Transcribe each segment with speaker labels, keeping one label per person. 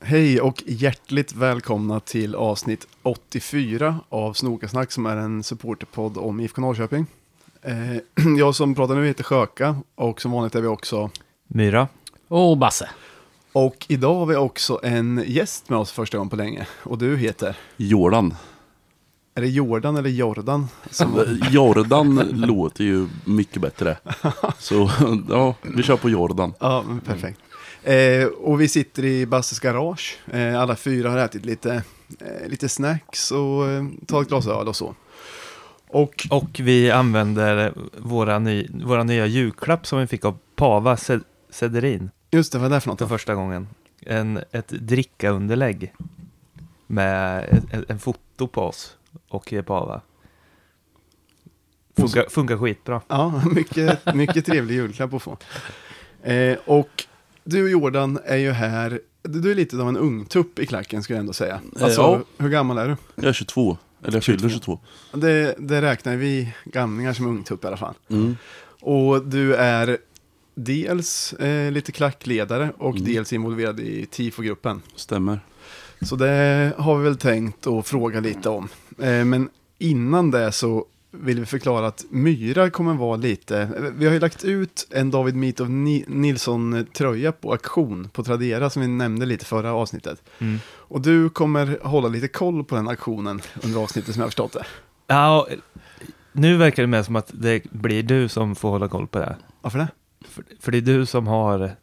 Speaker 1: Hej och hjärtligt välkomna till avsnitt 84 av Snokasnack som är en supporterpodd om IFK Norrköping. Eh, Jag som pratar nu heter Sjöka och som vanligt är vi också.
Speaker 2: Myra.
Speaker 3: Och Basse.
Speaker 1: Och idag har vi också en gäst med oss första gången på länge och du heter?
Speaker 4: Jordan.
Speaker 1: Är det Jordan eller Jordan? Som,
Speaker 4: Jordan låter ju mycket bättre. Så ja, vi kör på Jordan.
Speaker 1: ja, men perfekt. Eh, och vi sitter i Basses garage. Eh, alla fyra har ätit lite, eh, lite snacks och eh, tagit ett glas öl och så. Och
Speaker 2: Och vi använder våra, ny, våra nya julklapp som vi fick av Pava Sed- Sederin
Speaker 1: just det, vad är det för något?
Speaker 2: för
Speaker 1: då?
Speaker 2: första gången. En, ett drickaunderlägg med ett, ett, en foto på oss och Pava. Funkar, funkar skitbra.
Speaker 1: Ja, mycket, mycket trevlig julklapp att få. Eh, och du Jordan är ju här, du du är lite av en ungtupp i klacken skulle jag ändå säga. Alltså,
Speaker 4: ja.
Speaker 1: hur gammal är du?
Speaker 4: Jag är 22. Eller jag fyller 22.
Speaker 1: Det, det räknar vi gamlingar som ungtupp i alla fall.
Speaker 4: Mm.
Speaker 1: Och du är dels eh, lite klackledare och dels involverad i TIFO-gruppen.
Speaker 4: Stämmer.
Speaker 1: Så det har vi väl tänkt att fråga lite om. Eh, Men innan det så vill vi förklara att Myra kommer vara lite... Vi har ju lagt ut en David Mitov Ni- Nilsson-tröja på auktion på Tradera som vi nämnde lite förra avsnittet.
Speaker 2: Mm.
Speaker 1: Och du kommer hålla lite koll på den auktionen under avsnittet som jag har förstått det.
Speaker 2: Ja, och nu verkar det mer som att det blir du som får hålla koll på det.
Speaker 1: Varför det?
Speaker 2: För, för det är du som har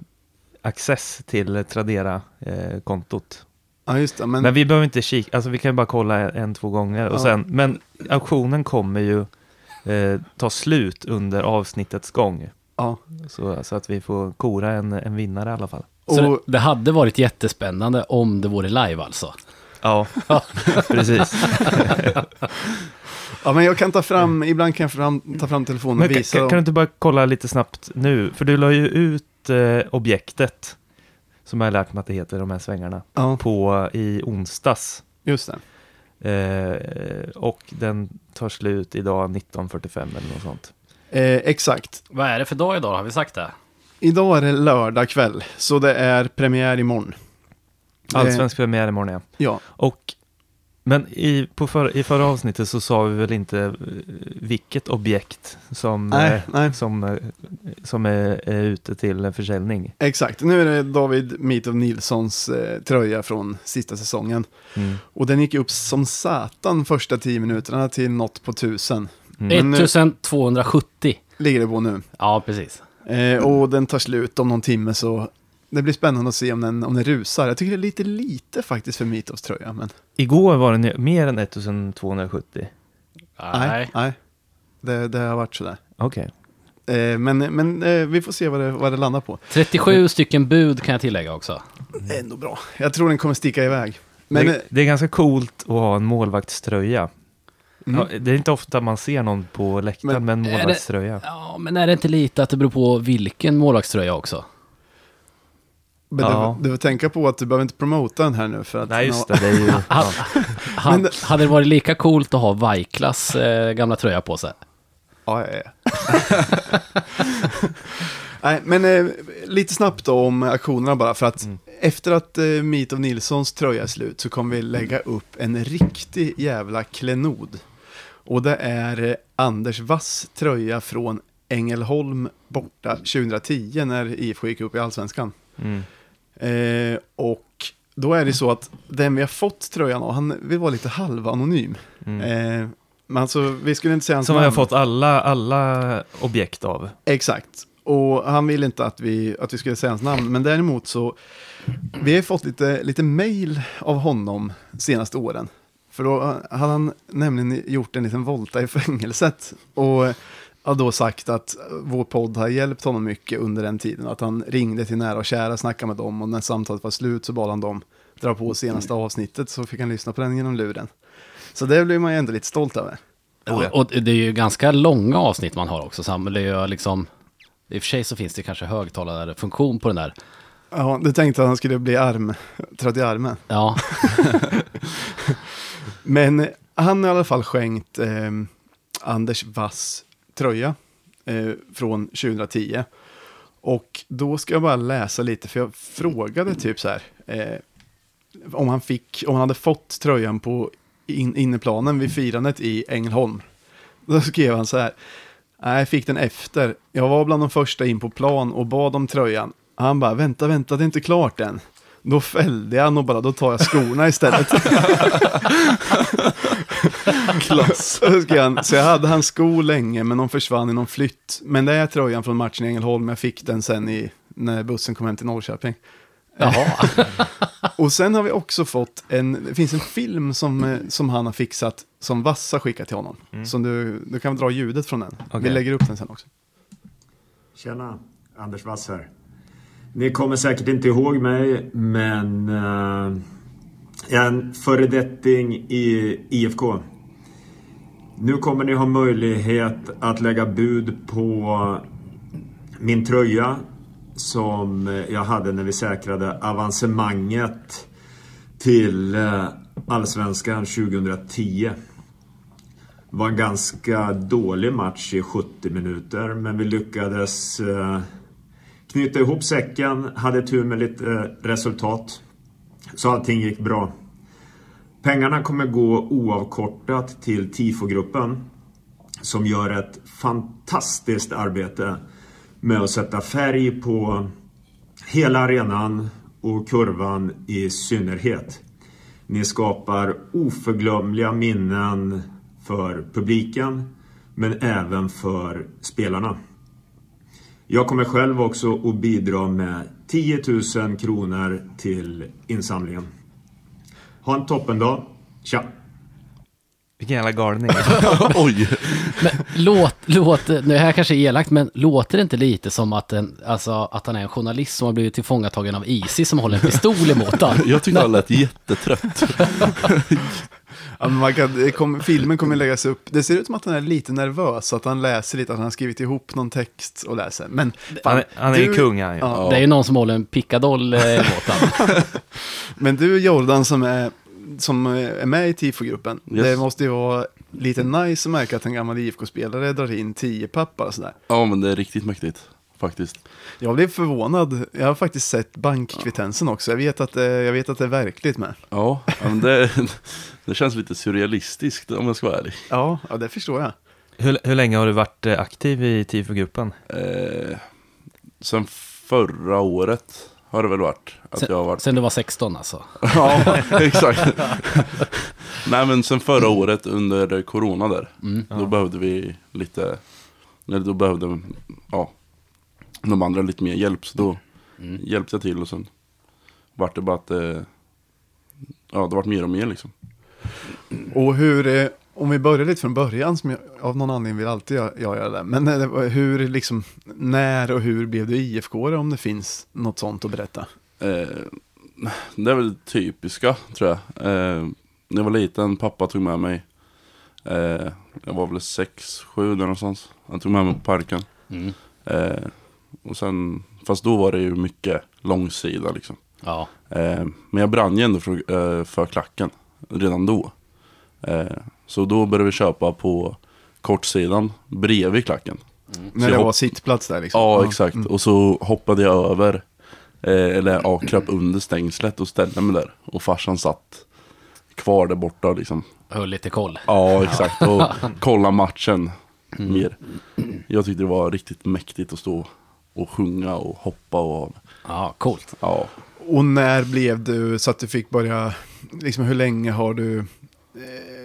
Speaker 2: access till eh, Tradera-kontot.
Speaker 1: Ja, just det. Men,
Speaker 2: Men vi behöver inte kika, alltså vi kan ju bara kolla en, två gånger och
Speaker 1: Ja.
Speaker 2: sen, men auktionen kommer ju eh, ta slut under avsnittets gång.
Speaker 1: ja.
Speaker 2: Så, så att vi får kora en, en vinnare i alla fall.
Speaker 1: Och,
Speaker 3: Så det, det hade varit jättespännande om det vore live alltså.
Speaker 2: Ja, precis.
Speaker 1: ja, men jag kan ta fram... Ibland kan jag fram, ta fram telefonen
Speaker 2: Men
Speaker 1: och
Speaker 2: kan,
Speaker 1: visa.
Speaker 2: kan du inte bara kolla lite snabbt nu? För du la ju ut eh, objektet, som jag har lärt mig att det heter, de här svängarna,
Speaker 1: Ja,
Speaker 2: på i onsdags.
Speaker 1: just det.
Speaker 2: Eh, och den tar slut idag 19.45 eller något sånt.
Speaker 1: Eh, exakt.
Speaker 3: Vad är det för dag idag? Har vi sagt det?
Speaker 1: Idag är det lördag kväll, så det är premiär imorgon.
Speaker 2: Allsvensk premiär imorgon ja.
Speaker 1: Eh, ja,
Speaker 2: Och, men i, på för, i förra avsnittet så sa vi väl inte eh, vilket objekt som,
Speaker 1: Nej,
Speaker 2: eh,
Speaker 1: nej.
Speaker 2: som, eh, som är, är ute till försäljning.
Speaker 1: exakt. Nu är det David Mitov Nilssons eh, tröja från sista säsongen.
Speaker 2: Mm.
Speaker 1: Och den gick upp som satan första tio minuterna till något på tusen.
Speaker 2: Mm.
Speaker 1: nu-
Speaker 3: 1270.
Speaker 1: Ligger det på nu.
Speaker 3: Ja, precis.
Speaker 1: Eh, och den tar slut om någon timme så det blir spännande att se om den, om den rusar. Jag tycker det är lite lite faktiskt för Mitovs tröja. Men
Speaker 2: Igår var den ju mer än 1270.
Speaker 1: nej, nej. Det, det har varit sådär.
Speaker 2: Okej.
Speaker 1: Eh, men men eh, vi får se vad det, vad det landar på.
Speaker 3: 37 stycken bud kan jag tillägga också.
Speaker 1: Det är ändå bra. Jag tror den kommer sticka iväg. Men, eh,
Speaker 2: Mm. det, det är ganska coolt att ha en målvaktströja.
Speaker 1: Mm.
Speaker 2: Ja, det är inte ofta man ser någon på läktaren med en
Speaker 3: är det-
Speaker 2: målvaktströja.
Speaker 3: Ja, men är det inte lite att det beror på vilken målvaktströja också?
Speaker 1: Men
Speaker 2: Ja.
Speaker 1: du, du får tänka på att du behöver inte promota den här nu för att...
Speaker 2: Nej, just det. det är ju, ja.
Speaker 3: Ha, Hade det varit lika coolt att ha Vaiklas eh, gamla tröja på sig?
Speaker 1: Ja, ja, ja. Nej, men eh, lite snabbt då om aktionerna bara för
Speaker 2: Mm.
Speaker 1: att efter att eh, Meet of Nilssons tröja är slut så kommer vi
Speaker 2: Mm.
Speaker 1: lägga upp en riktig jävla klenod. Och det är eh, Anders Wass tröja från Ängelholm borta 2010 när IFK gick upp i allsvenskan.
Speaker 2: Mm.
Speaker 1: Eh, och då är det så att den vi har fått tröjan av, han vill vara lite halvanonym. Eh, men alltså, vi skulle inte säga hans
Speaker 2: Mm. Som jag
Speaker 1: namn.
Speaker 2: har fått alla, alla objekt av.
Speaker 1: Exakt. Och han ville inte att vi, att vi skulle säga hans namn, men däremot så... Vi har fått lite, lite mail av honom senaste åren. För då hade han nämligen gjort en liten volta i fängelset. Och har då sagt att vår podd har hjälpt honom mycket under den tiden. Att han ringde till nära och kära, snackade med dem och när samtalet var slut så bad han dem dra på senaste avsnittet så fick han lyssna på den genom luren. Så det blir man ju ändå lite stolt över.
Speaker 2: Oh, ja.
Speaker 3: Och det är ju ganska långa avsnitt man har också. Så det är ju liksom, I och för sig så finns det kanske högtalarfunktion på den där.
Speaker 1: Ja, du tänkte att han skulle bli arm, trött i armen.
Speaker 3: Ja,
Speaker 1: Men han har i alla fall skänkt eh, Anders Wass tröja eh, från 2010. Och då ska jag bara läsa lite, för jag frågade typ så här, eh, om, han fick, om han hade fått tröjan på in, inneplanen vid firandet i Ängelholm. Då skrev han så här, nej, jag fick den efter. Jag var bland de första in på plan och bad om tröjan. Han bara, vänta, vänta, det är inte klart än. Då fällde han och bara, då tar jag skorna istället.
Speaker 4: Klass.
Speaker 1: Så skrev han, så jag hade hans sko länge, men de försvann i någon flytt. Men det är tröjan från matchen i Ängelholm, jag fick den sen i, när bussen kom hem till Norrköping.
Speaker 3: jaha.
Speaker 1: Och sen har vi också fått en, det finns en film som, eh, som han har fixat, som Vassa skickat till honom. Som du, du kan dra ljudet från den. Vi
Speaker 2: Mm. Okej.
Speaker 1: lägger upp den sen också.
Speaker 5: Tjena, Anders Wass här. Ni kommer säkert inte ihåg mig, men eh, jag är en föredetting i IFK. Nu kommer ni ha möjlighet att lägga bud på min tröja som jag hade när vi säkrade avancemanget till eh, Allsvenskan 2010. Det var en ganska dålig match i 70 minuter, men vi lyckades eh, knyta ihop säcken, hade tur med lite eh, resultat. Så allting gick bra. Pengarna kommer gå oavkortat till TIFO-gruppen som gör ett fantastiskt arbete med att sätta färg på hela arenan och kurvan i synnerhet. Ni skapar oförglömliga minnen för publiken men även för spelarna. Jag kommer själv också att bidra med 10 000 kronor till insamlingen. Ha en toppendag. Tja!
Speaker 2: Vilken jävla galning.
Speaker 4: Oj,
Speaker 3: Låt, låt, nu här kanske är elakt, men låter det inte lite som att, en, alltså, att han är en journalist som har blivit tillfångatagen av Isis som håller en pistol emot honom?
Speaker 4: jag tyckte han lät jättetrött.
Speaker 1: Ja, men man kan, det kom, filmen kommer läggas upp. Det ser ut som att han är lite nervös, så att han läser lite, att han har skrivit ihop någon text och läser. Men fan,
Speaker 2: Han, är- han är ju
Speaker 1: du-
Speaker 2: kung han ju.
Speaker 1: Ja.
Speaker 3: Det är ju någon som håller en pickadoll eh, emot honom.
Speaker 1: Men du Jordan som är, som är med i TIFO-gruppen,
Speaker 4: Yes.
Speaker 1: det måste ju vara lite nice att märka att en gammal IFK-spelare drar in 10 pappar och sådär.
Speaker 4: Ja men det är riktigt mäktigt faktiskt.
Speaker 1: Jag blev förvånad, jag har faktiskt sett bankkvittensen också, jag vet att, det- jag vet att det är verkligt med.
Speaker 4: Ja, ja, men det, det känns lite surrealistiskt om jag ska vara ärlig.
Speaker 1: Ja, ja det förstår jag.
Speaker 2: Hur, hur länge har du varit eh, aktiv i TIFO-gruppen?
Speaker 4: Eh, sen förra året har det väl varit att jag har
Speaker 3: Sen,
Speaker 4: varit
Speaker 3: sen du var 16 alltså.
Speaker 4: Ja, exakt. Nej men sen förra året under corona där, då behövde vi lite, eller då behövde ja, de andra lite mer hjälp. Så då hjälpte jag till och sen vart det bara att, eh, ja det vart mer och mer liksom.
Speaker 1: Och hur, eh, om vi börjar lite från början, som jag, av någon anledning vill alltid jag, jag göra det, men eh, hur, liksom, när och hur blev du IFK om det finns något sånt att berätta?
Speaker 4: Eh, det är väl det typiska tror jag. Eh, när jag var liten, pappa tog med mig. Eh, jag var väl sex, sju där någonstans. Han tog med mig på parken.
Speaker 3: Mm.
Speaker 4: Eh, och sen, fast då var det ju mycket långsida liksom.
Speaker 3: Ja.
Speaker 4: Eh, men jag brann ju ändå för, eh, för klacken redan då. Eh, så då började vi köpa på kortsidan bredvid klacken.
Speaker 1: När det
Speaker 4: jag
Speaker 1: var
Speaker 4: hopp-
Speaker 1: sittplats där liksom?
Speaker 4: Ja, exakt.
Speaker 1: Mm.
Speaker 4: Och så hoppade jag över, eh, eller ja, kröp under stängslet och ställde mig där. Och farsan satt kvar där borta liksom.
Speaker 3: Höll lite koll.
Speaker 4: Ja, Mm. exakt. Och kolla matchen mer. Jag tyckte det var riktigt mäktigt att stå och sjunga och hoppa och
Speaker 3: Ja, coolt.
Speaker 4: ja.
Speaker 1: Och när blev du så att du fick börja, liksom hur länge har du, eh,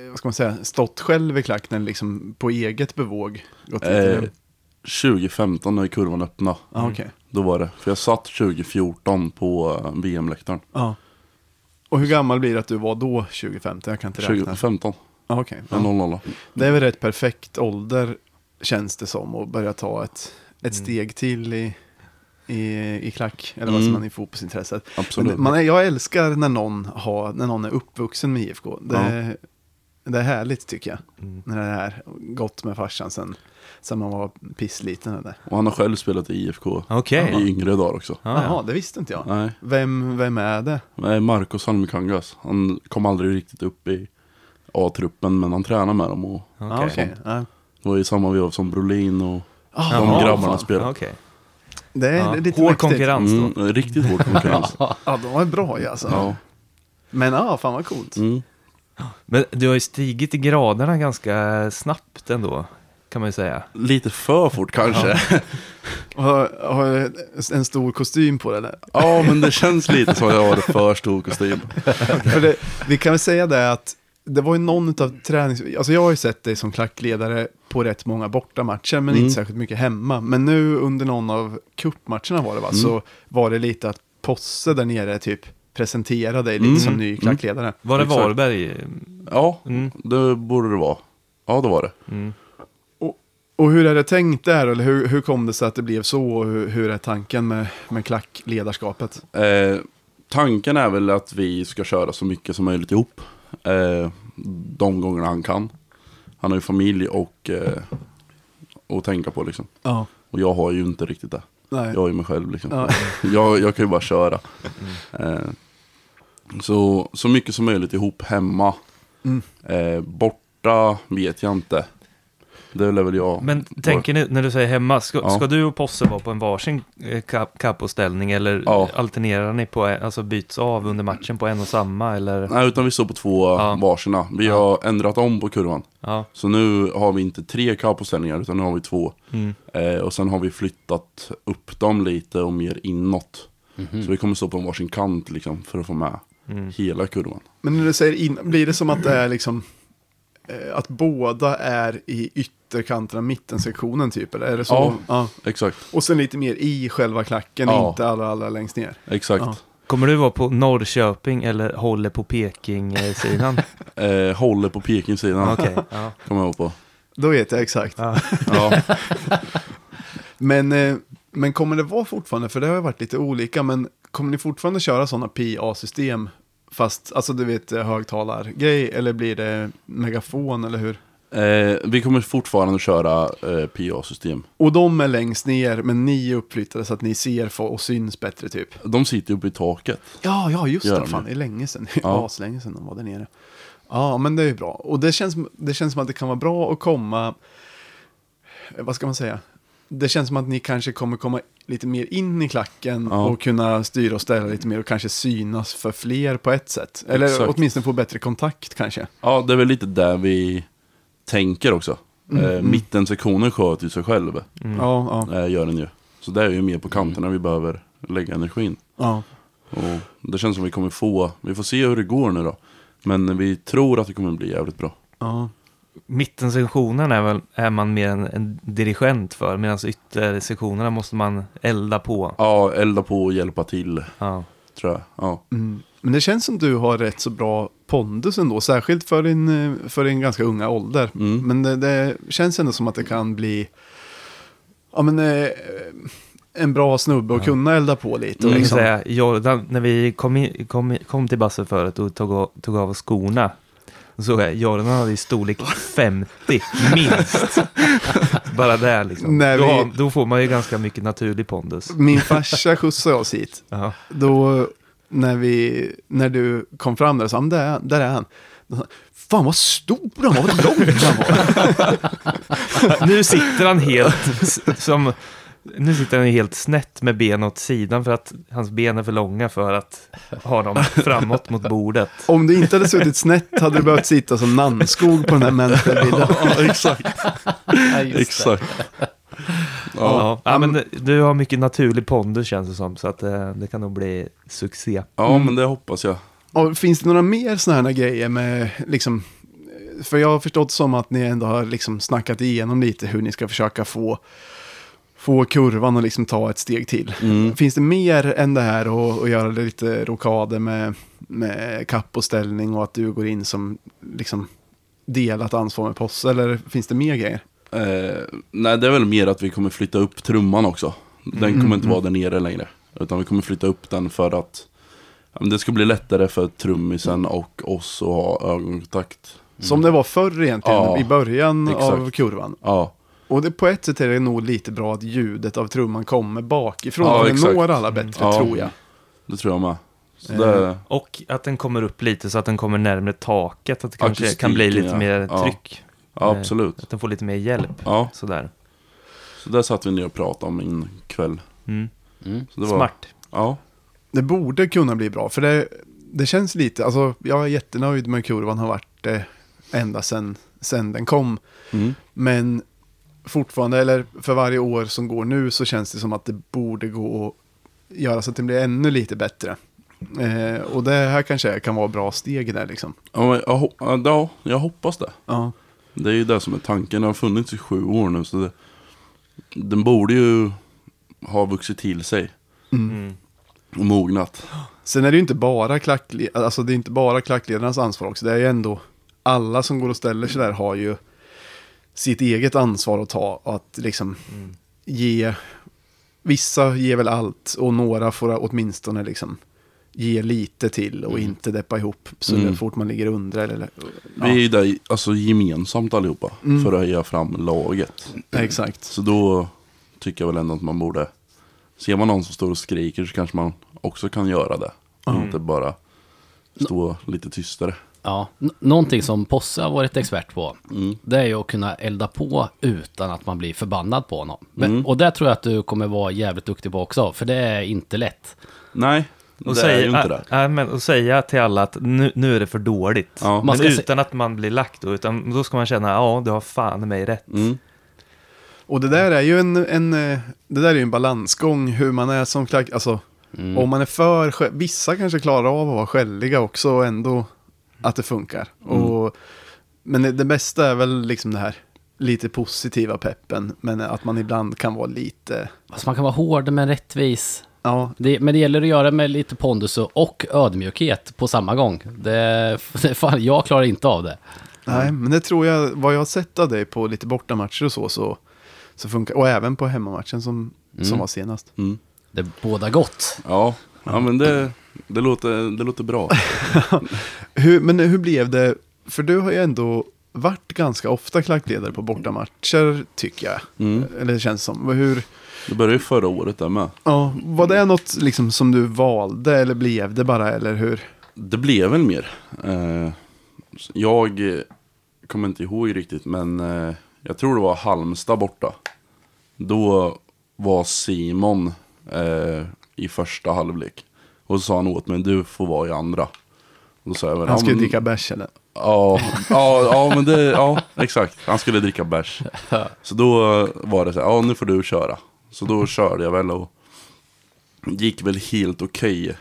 Speaker 1: vad ska man säga, stått själv i klacken liksom på eget bevåg? Gått dit
Speaker 4: Eh,
Speaker 1: igen?
Speaker 4: 2015 när kurvan öppnade.
Speaker 1: Ja, Ah, okej.
Speaker 4: Då var det. För jag satt 2014 på eh, VM-läktaren.
Speaker 1: Ja. Och hur gammal blir det att du var då, 2015? Jag kan inte räkna.
Speaker 4: 2015.
Speaker 1: Ja, okej.
Speaker 4: Ja. 00.
Speaker 1: Det är väl rätt perfekt ålder, känns det som, att börja ta ett, ett
Speaker 4: Mm.
Speaker 1: steg till i, i, i klack, eller vad som
Speaker 4: Mm.
Speaker 1: man i fotbollsintresset.
Speaker 4: Absolut.
Speaker 1: Men Man är, jag älskar när någon, har, när någon är uppvuxen med IFK. Det, det är härligt tycker jag.
Speaker 4: Mm.
Speaker 1: När det här, gått med farsan sen, sen man var pissliten. och det.
Speaker 4: Och han har själv spelat i IFK
Speaker 2: Okej.
Speaker 4: i yngre dagar också.
Speaker 2: Ja,
Speaker 1: Jaha,
Speaker 2: ja.
Speaker 1: det visste inte jag.
Speaker 4: Nej.
Speaker 1: Vem, vem är det?
Speaker 4: Nej, Marcos Salmikangas. Han kom aldrig riktigt upp i A-truppen, men han tränade med dem. Och
Speaker 1: Ja,
Speaker 2: Okej.
Speaker 1: okej. Ja.
Speaker 4: det var i samma veva som Brolin och
Speaker 1: Ah,
Speaker 4: de
Speaker 2: Jaha,
Speaker 4: grabbarna
Speaker 1: fan.
Speaker 4: spelade.
Speaker 2: Okej.
Speaker 1: Det är
Speaker 2: Ja. Hård
Speaker 1: lite mäktigt.
Speaker 2: konkurrens då.
Speaker 4: Mm, riktigt hård konkurrens.
Speaker 1: Ja, de var bra ju alltså.
Speaker 4: ja.
Speaker 1: Men ja, fan vad coolt.
Speaker 4: mm.
Speaker 2: Men du har ju stigit i graderna ganska snabbt ändå, kan man ju säga.
Speaker 4: Lite för fort kanske. Ja.
Speaker 1: Och Har, har en stor kostym på det eller?
Speaker 4: men det känns lite som att jag har för stor kostym.
Speaker 1: För det, vi kan väl säga det att det var ju någon av tränings... Alltså jag har ju sett dig som klackledare på rätt många bortamatcher, men inte särskilt mycket hemma. Men nu under någon av cupmatcherna var det va, så var det lite att Posse där nere typ presenterade dig lite som ny klackledare.
Speaker 2: Var det
Speaker 4: Exakt.
Speaker 2: Varberg?
Speaker 4: Ja, det borde det vara. Ja, det var det.
Speaker 1: Och, och hur är det tänkt där? Eller hur, hur kom det sig att det blev så? Och hur, hur är tanken med, med klackledarskapet?
Speaker 4: Eh, tanken är väl att vi ska köra så mycket som möjligt ihop. Eh, de gångerna han kan. Han har ju familj och eh, att tänka på liksom.
Speaker 1: Ja.
Speaker 4: Och jag har ju inte riktigt det.
Speaker 1: Nej.
Speaker 4: Jag är ju mig själv liksom.
Speaker 1: Ja. Mm.
Speaker 4: jag, jag kan ju bara köra. Eh, så, så mycket som möjligt ihop hemma.
Speaker 1: Mm.
Speaker 4: Eh, borta vet jag inte. Det är väl jag.
Speaker 2: Men tänker ni, när du säger hemma, ska,
Speaker 4: Ja.
Speaker 2: ska du och Posse vara på en varsin eh, kap- capoställning eller
Speaker 4: Ja.
Speaker 2: alternerar ni på, en- alltså byts av under matchen på en och samma eller?
Speaker 4: Nej, utan vi står på två
Speaker 2: Ja.
Speaker 4: varsina. Vi har ändrat om på kurvan.
Speaker 2: Ja,
Speaker 4: Så nu har vi inte tre kapoställningar utan nu har vi två.
Speaker 2: Mm.
Speaker 4: Eh, och sen har vi flyttat upp dem lite och mer inåt.
Speaker 1: Mhm.
Speaker 4: Så vi kommer stå på en varsin kant liksom för att få med
Speaker 2: Mm.
Speaker 4: hela kurvan.
Speaker 1: Men när du säger in, blir det som att det är liksom eh, att båda är i ytterkanterna, mittensektionen typ? Eller är det så?
Speaker 4: Ja. Exakt,
Speaker 1: Och sen lite mer i själva klacken,
Speaker 4: Ja.
Speaker 1: inte allra, allra längst ner.
Speaker 4: exakt.
Speaker 2: kommer du vara på Norrköping eller håller på Peking-sidan?
Speaker 4: Eh, håller på Pekingsidan
Speaker 2: Ah, Okej, ja.
Speaker 4: kommer jag ihåg på.
Speaker 1: Då vet jag exakt.
Speaker 4: Ja,
Speaker 1: Men, eh, men kommer det vara fortfarande, för det har ju varit lite olika, men kommer ni fortfarande köra sådana PA-system? Fast, alltså du vet, eh, högtalargrej, eller blir det megafon, eller hur?
Speaker 4: eh, vi kommer fortfarande köra eh, PA-system.
Speaker 1: Och de är längst ner, men ni är uppflyttade så att ni ser få- och syns bättre typ.
Speaker 4: De sitter ju uppe i taket.
Speaker 1: Ja, ja, just
Speaker 4: Gör
Speaker 1: det.
Speaker 4: de
Speaker 1: Fan,
Speaker 4: ju.
Speaker 1: det är länge sedan.
Speaker 4: Ja.
Speaker 1: Ja. länge sedan de var där nere. Ja, men det är ju bra. Och det känns, det känns som att det kan vara bra att komma... eh, Vad ska man säga? Det känns som att ni kanske kommer komma lite mer in i klacken
Speaker 4: Ja.
Speaker 1: och kunna styra och ställa lite mer och kanske synas för fler på ett sätt. Eller
Speaker 4: Exakt.
Speaker 1: åtminstone få bättre kontakt kanske.
Speaker 4: Ja, det är väl lite där vi tänker också. Eh, mittensektionen sköter ju sig själv.
Speaker 1: Ja, ja,
Speaker 4: eh, gör den ju. Så det är ju mer på kanterna vi behöver lägga energin.
Speaker 1: ja.
Speaker 4: Och det känns som vi kommer få, vi får se hur det går nu då. Men vi tror att det kommer bli jävligt bra.
Speaker 1: ja.
Speaker 2: Mittensektionen är, väl, är man mer en, en dirigent för, medan yttersektionerna måste man elda på.
Speaker 4: Ja, elda på och hjälpa till,
Speaker 2: Ja.
Speaker 4: tror jag. Ja,
Speaker 1: Mm. Men det känns som du har rätt så bra pondus ändå, särskilt för din, eh, för din ganska unga ålder.
Speaker 4: Mm.
Speaker 1: Men det, det känns ändå som att det kan bli ja, men, eh, en bra snubbe att kunna elda på lite. Och
Speaker 2: Jag kan
Speaker 1: liksom,
Speaker 2: säga, Jordan, när vi kom, in, kom, kom till Basse förut och tog, av- tog av oss skorna, så är Jordan hade ju storlek 50, minst. Bara där liksom.
Speaker 1: När
Speaker 2: då,
Speaker 1: vi-
Speaker 2: har- då får man ju ganska mycket naturlig pondus.
Speaker 1: Min farsa skjutsade oss hit.
Speaker 2: Ja.
Speaker 1: Då, när, vi, när du kom fram där, så sa han, där, är- där är han. Då sa han, Fan vad stor han var, vad lång han var.
Speaker 2: Nu sitter han helt s- som... Nu sitter han ju helt snett med ben åt sidan för att hans ben är för långa för att ha dem framåt mot bordet.
Speaker 1: Om du inte hade suttit snett hade du behövt sitta som Nannskog på den här mänskliga
Speaker 4: exakt.
Speaker 3: Ja, just det.
Speaker 4: exakt. Ja,
Speaker 2: Ja. Ja, men du har mycket naturlig pondus känns det som, så att eh, det kan nog bli succé.
Speaker 4: ja men det hoppas jag.
Speaker 1: Ja, finns det några mer sådana här grejer med, liksom, för jag har förstått som att ni ändå har liksom snackat igenom lite hur ni ska försöka få, få kurvan och liksom ta ett steg till.
Speaker 4: Mm.
Speaker 1: Finns det mer än det här och, och göra lite rokader med, med kapp och ställning och att du går in som liksom, delat ansvar med post eller finns det mer grejer?
Speaker 4: Eh, nej, det är väl mer att vi kommer flytta upp trumman också.
Speaker 1: Mm,
Speaker 4: Den kommer inte vara där nere längre. Utan vi kommer flytta upp den för att ja, men det ska bli lättare för trummisen och oss att ha ögonkontakt
Speaker 1: Som det var förr egentligen,
Speaker 4: Mm. Ja,
Speaker 1: i början av
Speaker 4: exakt.
Speaker 1: kurvan.
Speaker 4: Ja,
Speaker 1: Och det, på ett sätt är det nog lite bra att ljudet av trumman kommer bakifrån.
Speaker 4: Ja,
Speaker 1: och det
Speaker 4: exakt. Mm.
Speaker 1: når alla bättre,
Speaker 4: Ja.
Speaker 1: tror jag. Eh,
Speaker 4: det tror jag med. Så det,
Speaker 2: Och att den kommer upp lite så att den kommer närmare taket. Att det kanske kan
Speaker 4: Akustiken,
Speaker 2: bli lite
Speaker 4: ja.
Speaker 2: mer
Speaker 4: Ja.
Speaker 2: tryck.
Speaker 4: ja,
Speaker 2: Eh,
Speaker 4: absolut.
Speaker 2: Att den får lite mer hjälp.
Speaker 4: Ja,
Speaker 2: Sådär.
Speaker 4: så där satt vi ner och pratade om en kväll.
Speaker 2: Mm.
Speaker 4: Så det var,
Speaker 2: Smart.
Speaker 4: Ja,
Speaker 1: Det borde kunna bli bra, för det, det känns lite, alltså jag är jättenöjd med kurvan, har varit det ända sedan sen den kom.
Speaker 4: mm.
Speaker 1: Men fortfarande, eller för varje år som går nu så känns det som att det borde gå att göra så att den blir ännu lite bättre. Eh, och det här kanske kan vara bra steg där liksom.
Speaker 4: ja, men jag, hop- ja, ja, jag hoppas det.
Speaker 1: Ja,
Speaker 4: Det är ju det som är tanken. Den har funnits i sju år nu. Så det, den borde ju ha vuxit till sig.
Speaker 2: Mm.
Speaker 4: Och mognat.
Speaker 1: Sen är det ju inte bara, klackle- alltså det är inte bara klackledarnas ansvar också. Det är ju ändå alla som går och ställer sig där har ju sitt eget ansvar att ta. Och att liksom ge, vissa ger väl allt och några får åtminstone liksom ge lite till och inte deppa ihop så
Speaker 4: Mm.
Speaker 1: fort man ligger under. Eller, eller, ja,
Speaker 4: Vi är ju där i- alltså, gemensamt allihopa.
Speaker 1: Mm.
Speaker 4: För att höja fram laget.
Speaker 1: Exakt.
Speaker 4: Så då tycker jag väl ändå att man borde. Ser man någon som står och skriker så kanske man också kan göra det. Och Inte bara stå lite tystare.
Speaker 3: Ja, n- någonting som Posse har varit expert på,
Speaker 4: Mm.
Speaker 3: det är ju att kunna elda på utan att man blir förbannad på honom. Men,
Speaker 4: Mm.
Speaker 3: Och det tror jag att du kommer vara jävligt duktig på också, för det är inte lätt.
Speaker 4: Nej, det
Speaker 2: Och,
Speaker 4: är
Speaker 2: säga,
Speaker 4: ju inte det.
Speaker 2: äh, äh, men, och säga till alla att nu, nu är det för dåligt.
Speaker 4: Ja.
Speaker 3: Man
Speaker 2: Men
Speaker 3: ska se-
Speaker 2: utan att man blir lack då. Utan då ska man känna, ja du har fan i mig rätt.
Speaker 4: Mm.
Speaker 1: Och det där är ju en, en, eh, det där är ju en balansgång hur man är som klack. Alltså, om man är för, skä- vissa kanske klarar av att vara skälliga också och ändå att det funkar. Och, men det, det bästa är väl liksom det här lite positiva peppen, men att man ibland kan vara lite,
Speaker 3: Alltså man kan vara hård men rättvis.
Speaker 1: ja,
Speaker 3: Det, men det gäller att göra med lite pondus och- och ödmjukhet på samma gång. Det, det, fan, jag klarar inte av det.
Speaker 1: nej, men det tror jag, vad jag har sett av dig på lite bortamatcher och så, så, så funkar, och även på hemmamatchen som, som var senast.
Speaker 3: Det båda gott.
Speaker 4: Ja. ja, men det, det, låter, det låter bra.
Speaker 1: Hur, men hur blev det? För du har ju ändå varit ganska ofta klackledare på bortamatcher, tycker jag.
Speaker 4: Mm.
Speaker 1: Eller det känns som. Hur,
Speaker 4: Det började ju förra året där med.
Speaker 1: ja, var det något liksom som du valde eller blev det bara, eller hur?
Speaker 4: Det blev väl mer. Eh, jag eh, kommer inte ihåg riktigt, men eh, jag tror det var Halmstad borta. Då var Simon eh, i första halvlek. Och så sa han åt mig, du får vara i andra. Och då sa jag, väl,
Speaker 1: Han
Speaker 4: "Ja,
Speaker 1: skulle
Speaker 4: men-
Speaker 1: dricka bärs eller?
Speaker 4: Ja, ja, ja, men det, ja, exakt. Han skulle dricka bärs. Så då var det så här, ja nu får du köra. Så då körde jag väl och gick väl helt okej,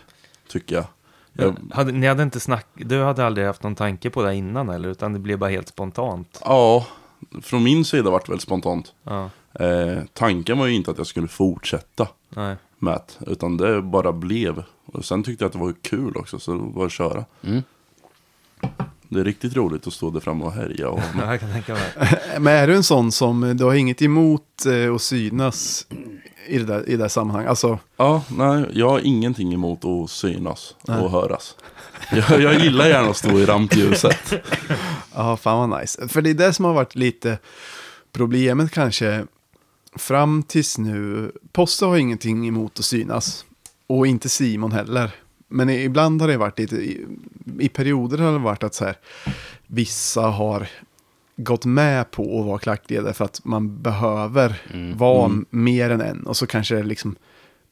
Speaker 4: tycker jag. jag
Speaker 2: Hade, ni hade inte snack, du hade aldrig haft någon tanke på det innan eller? Utan det blev bara helt spontant.
Speaker 4: Ja, från min sida vart det väl spontant.
Speaker 2: Ja,
Speaker 4: Eh, tanken var ju inte att jag skulle fortsätta
Speaker 2: nej.
Speaker 4: med det, utan det bara blev. Och sen tyckte jag att det var kul också, så det var att köra. Det är riktigt roligt att stå där framme och härja. Och,
Speaker 2: Ja, jag kan tänka mig.
Speaker 1: Men är du en sån som du har inget emot eh, att synas i det där, i det där sammanhanget? Alltså,
Speaker 4: ja, nej, jag har ingenting emot att synas och höras. Jag, jag gillar gärna att stå i rampljuset.
Speaker 1: Ja, fan vad nice. För det är det som har varit lite problemet kanske fram tills nu. Posse har ingenting emot att synas och inte Simon heller. Men i- ibland har det varit lite, i, i perioder har det varit att så här, vissa har gått med på att vara klackledare för att man behöver vara mer än en. Och så kanske det liksom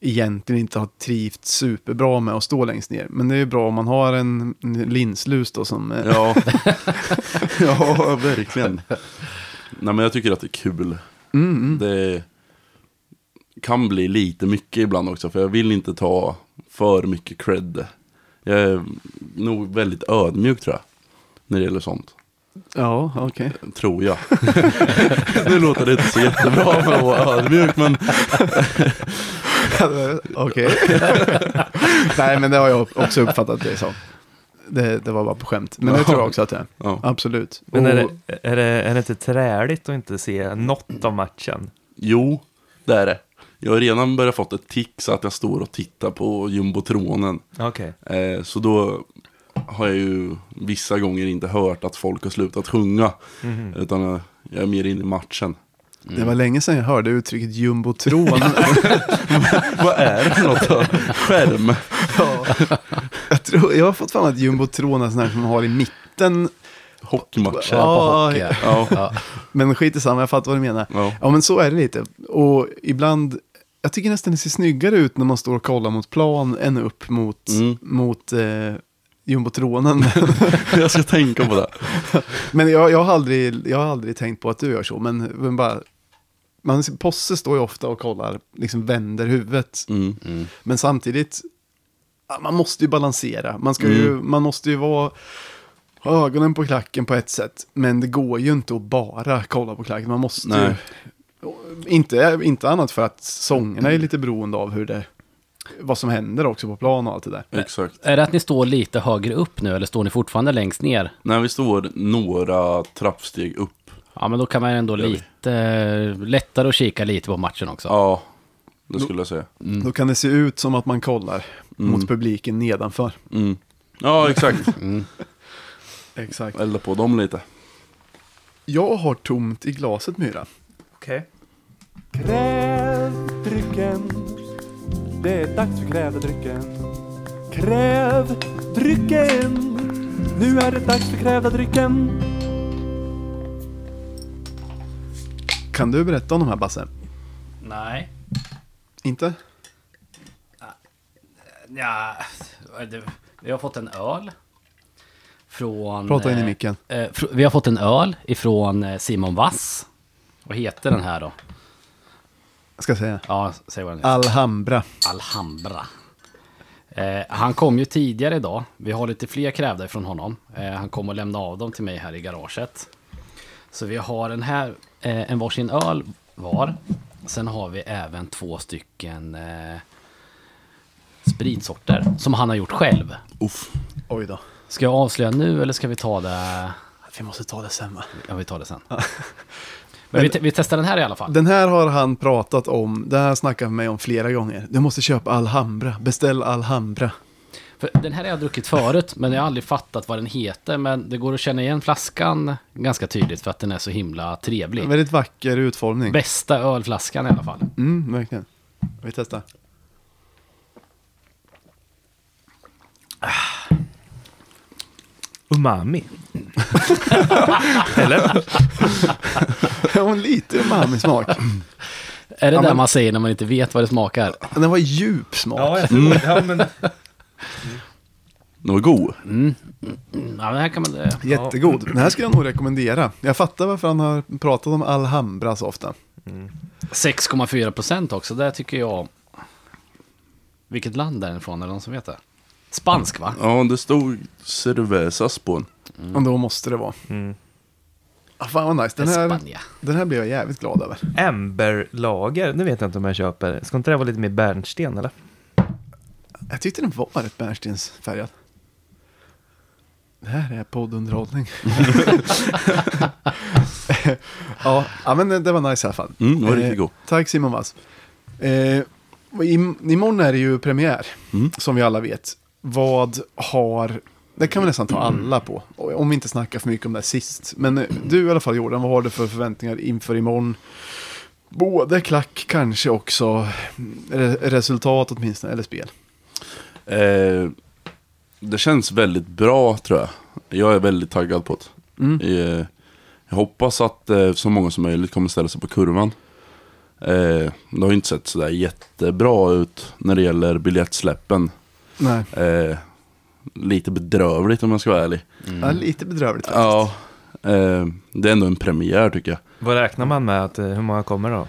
Speaker 1: egentligen inte har trivts superbra med att stå längst ner. Men det är ju bra om man har en en linslus då som... eh,
Speaker 4: Ja. ja, verkligen. Mm, Nej, men jag tycker att det är kul. Det kan bli lite mycket ibland också, för jag vill inte ta för mycket cred. Jag är nog väldigt ödmjuk tror jag, när det gäller sånt.
Speaker 1: Ja, okej.
Speaker 4: Tror jag. nu låter det inte så jättebra med att vara ödmjuk, men
Speaker 1: Okej. Nej, men det har jag också uppfattat det som. Det, det var bara på skämt. Men det tror jag också att det är.
Speaker 4: Ja.
Speaker 1: Absolut.
Speaker 2: Men är
Speaker 1: Och-
Speaker 2: det, är, det, är det inte träligt att inte se något av matchen?
Speaker 4: jo, det är det. Jag har redan börjat fått ett tick så att jag står och tittar på jumbotronen.
Speaker 2: Okej.
Speaker 4: Eh, så då har jag ju vissa gånger inte hört att folk har slutat sjunga. Utan eh, jag är mer inne i matchen.
Speaker 1: Det var länge sedan jag hörde uttrycket jumbotron.
Speaker 4: Vad är det för något då? Skärm?
Speaker 1: jag, tror, jag har fått fram att jumbotron är sån här som man har i mitten.
Speaker 4: Hockeymatcher.
Speaker 1: Ja.
Speaker 3: hockey.
Speaker 4: Ja.
Speaker 3: Ja.
Speaker 1: Men skit i samma, jag fattar vad du menar.
Speaker 4: Ja.
Speaker 1: Ja, men så är det lite. Och ibland, jag tycker nästan det ser snyggare ut när man står och kollar mot plan än upp mot,
Speaker 4: Mm.
Speaker 1: mot eh, jumbotronen.
Speaker 4: Jag ska tänka på det.
Speaker 1: men jag, jag, har aldrig, jag har aldrig tänkt på att du gör så, men, men bara... Man, Posse står ju ofta och kollar, liksom vänder huvudet.
Speaker 4: Mm.
Speaker 1: Men samtidigt, ja, man måste ju balansera. Man, ska ju,
Speaker 4: Mm.
Speaker 1: man måste ju vara ha ögonen på klacken på ett sätt. Men det går ju inte att bara kolla på klacken. Man måste
Speaker 4: Nej.
Speaker 1: ju... Inte, inte annat för att sångerna är lite beroende av hur det... Vad som händer också på plan och allt det där.
Speaker 4: Exakt.
Speaker 3: Är det att ni står lite högre upp nu eller står ni fortfarande längst ner?
Speaker 4: När vi står några trappsteg upp.
Speaker 3: Ja, men då kan man ju ändå lite eh, lättare att kika lite på matchen också.
Speaker 4: Ja, det skulle jag säga.
Speaker 1: Då kan det se ut som att man kollar mot publiken nedanför.
Speaker 4: Mm. Ja, exakt.
Speaker 1: Exakt.
Speaker 4: Elda på dem lite.
Speaker 1: Jag har tomt i glaset Myra.
Speaker 2: Okej.
Speaker 6: Kräv drycken. Det är dags för kräva drycken. Kräv drycken. Nu är det dags för kräva drycken.
Speaker 1: Kan du berätta om de här Basse?
Speaker 3: Nej.
Speaker 1: Inte?
Speaker 3: Ja, det, vi har fått en öl. Från...
Speaker 1: Prata in i
Speaker 3: eh,
Speaker 1: micken.
Speaker 3: eh, fr- vi har fått en öl ifrån eh, Simon Vass. Vad heter den här då?
Speaker 1: Ska jag säga.
Speaker 3: Ja, säg vad den heter.
Speaker 1: Alhambra.
Speaker 3: Alhambra. Eh, han kom ju tidigare idag. Vi har lite fler krävda från honom. Eh, han kom och lämnade av dem till mig här i garaget. Så vi har en här, eh, en varsin öl var. Sen har vi även två stycken eh, spritsorter som han har gjort själv.
Speaker 4: Uff.
Speaker 1: Oj då.
Speaker 3: Ska jag avslöja nu eller ska vi ta det?
Speaker 1: Vi måste ta det sen va?
Speaker 3: Ja, vi tar det sen. Men vi, te- vi testar den här i alla fall.
Speaker 1: Den här har han pratat om, det här snackar han med mig om flera gånger. Du måste köpa Alhambra, beställ Alhambra.
Speaker 3: För den här har jag druckit förut, men jag har aldrig fattat vad den heter. Men det går att känna igen flaskan ganska tydligt för att den är så himla trevlig.
Speaker 1: Väldigt vacker utformning.
Speaker 3: Bästa ölflaskan i alla fall.
Speaker 1: Mm, verkligen. Vi testar.
Speaker 2: Umami.
Speaker 1: Ja, en lite umami-smak.
Speaker 3: Är det
Speaker 1: Ja,
Speaker 3: där
Speaker 1: men-
Speaker 3: man säger när man inte vet vad det smakar?
Speaker 1: Den var djup smak.
Speaker 2: Ja, jag tror det. Ja, men...
Speaker 4: Den var god.
Speaker 3: Ja, men här kan man... eh,
Speaker 1: Jättegod. Den här skulle jag nog rekommendera. Jag fattar varför han har pratat om Alhambra så ofta.
Speaker 3: 6,4 procent också, det tycker jag om. Vilket land är den ifrån? Är det någon som vet det? Spansk va?
Speaker 4: Ja, det stod cervezas på den.
Speaker 1: Och då måste det vara. Ah, fan vad nice. Den här,
Speaker 3: Spanien.
Speaker 1: den här blev jag jävligt glad över.
Speaker 2: Amberlager, nu vet jag inte om jag köper. Ska inte det vara lite mer bärnsten eller?
Speaker 1: Jag tyckte den var rätt bärnstensfärgad. Det här är poddunderhållning. ja, ja, men det var nice i alla fall.
Speaker 4: Mm, det var riktigt god.
Speaker 1: Tack Simon Vass. Eh, och im- imorgon är det ju premiär,
Speaker 4: Mm.
Speaker 1: som vi alla vet. Vad har... Det kan vi nästan ta alla på, om vi inte snackar för mycket om det här sist. Men eh, du i alla fall Jordan, vad har du för förväntningar inför imorgon? Både klack kanske också, re- resultat åtminstone, eller spel.
Speaker 4: Eh, det känns väldigt bra tror jag. Jag är väldigt taggad på det. Eh, jag hoppas att eh, så många som möjligt kommer ställa sig på kurvan. Eh, det har ju inte sett sådär jättebra ut när det gäller biljettsläppen.
Speaker 1: Nej.
Speaker 4: Eh, lite bedrövligt om jag ska vara ärlig.
Speaker 1: Mm. Ja, lite bedrövligt faktiskt.
Speaker 4: Ja, eh, det är ändå en premiär tycker jag.
Speaker 2: Vad räknar man med? Att, eh, hur många kommer då?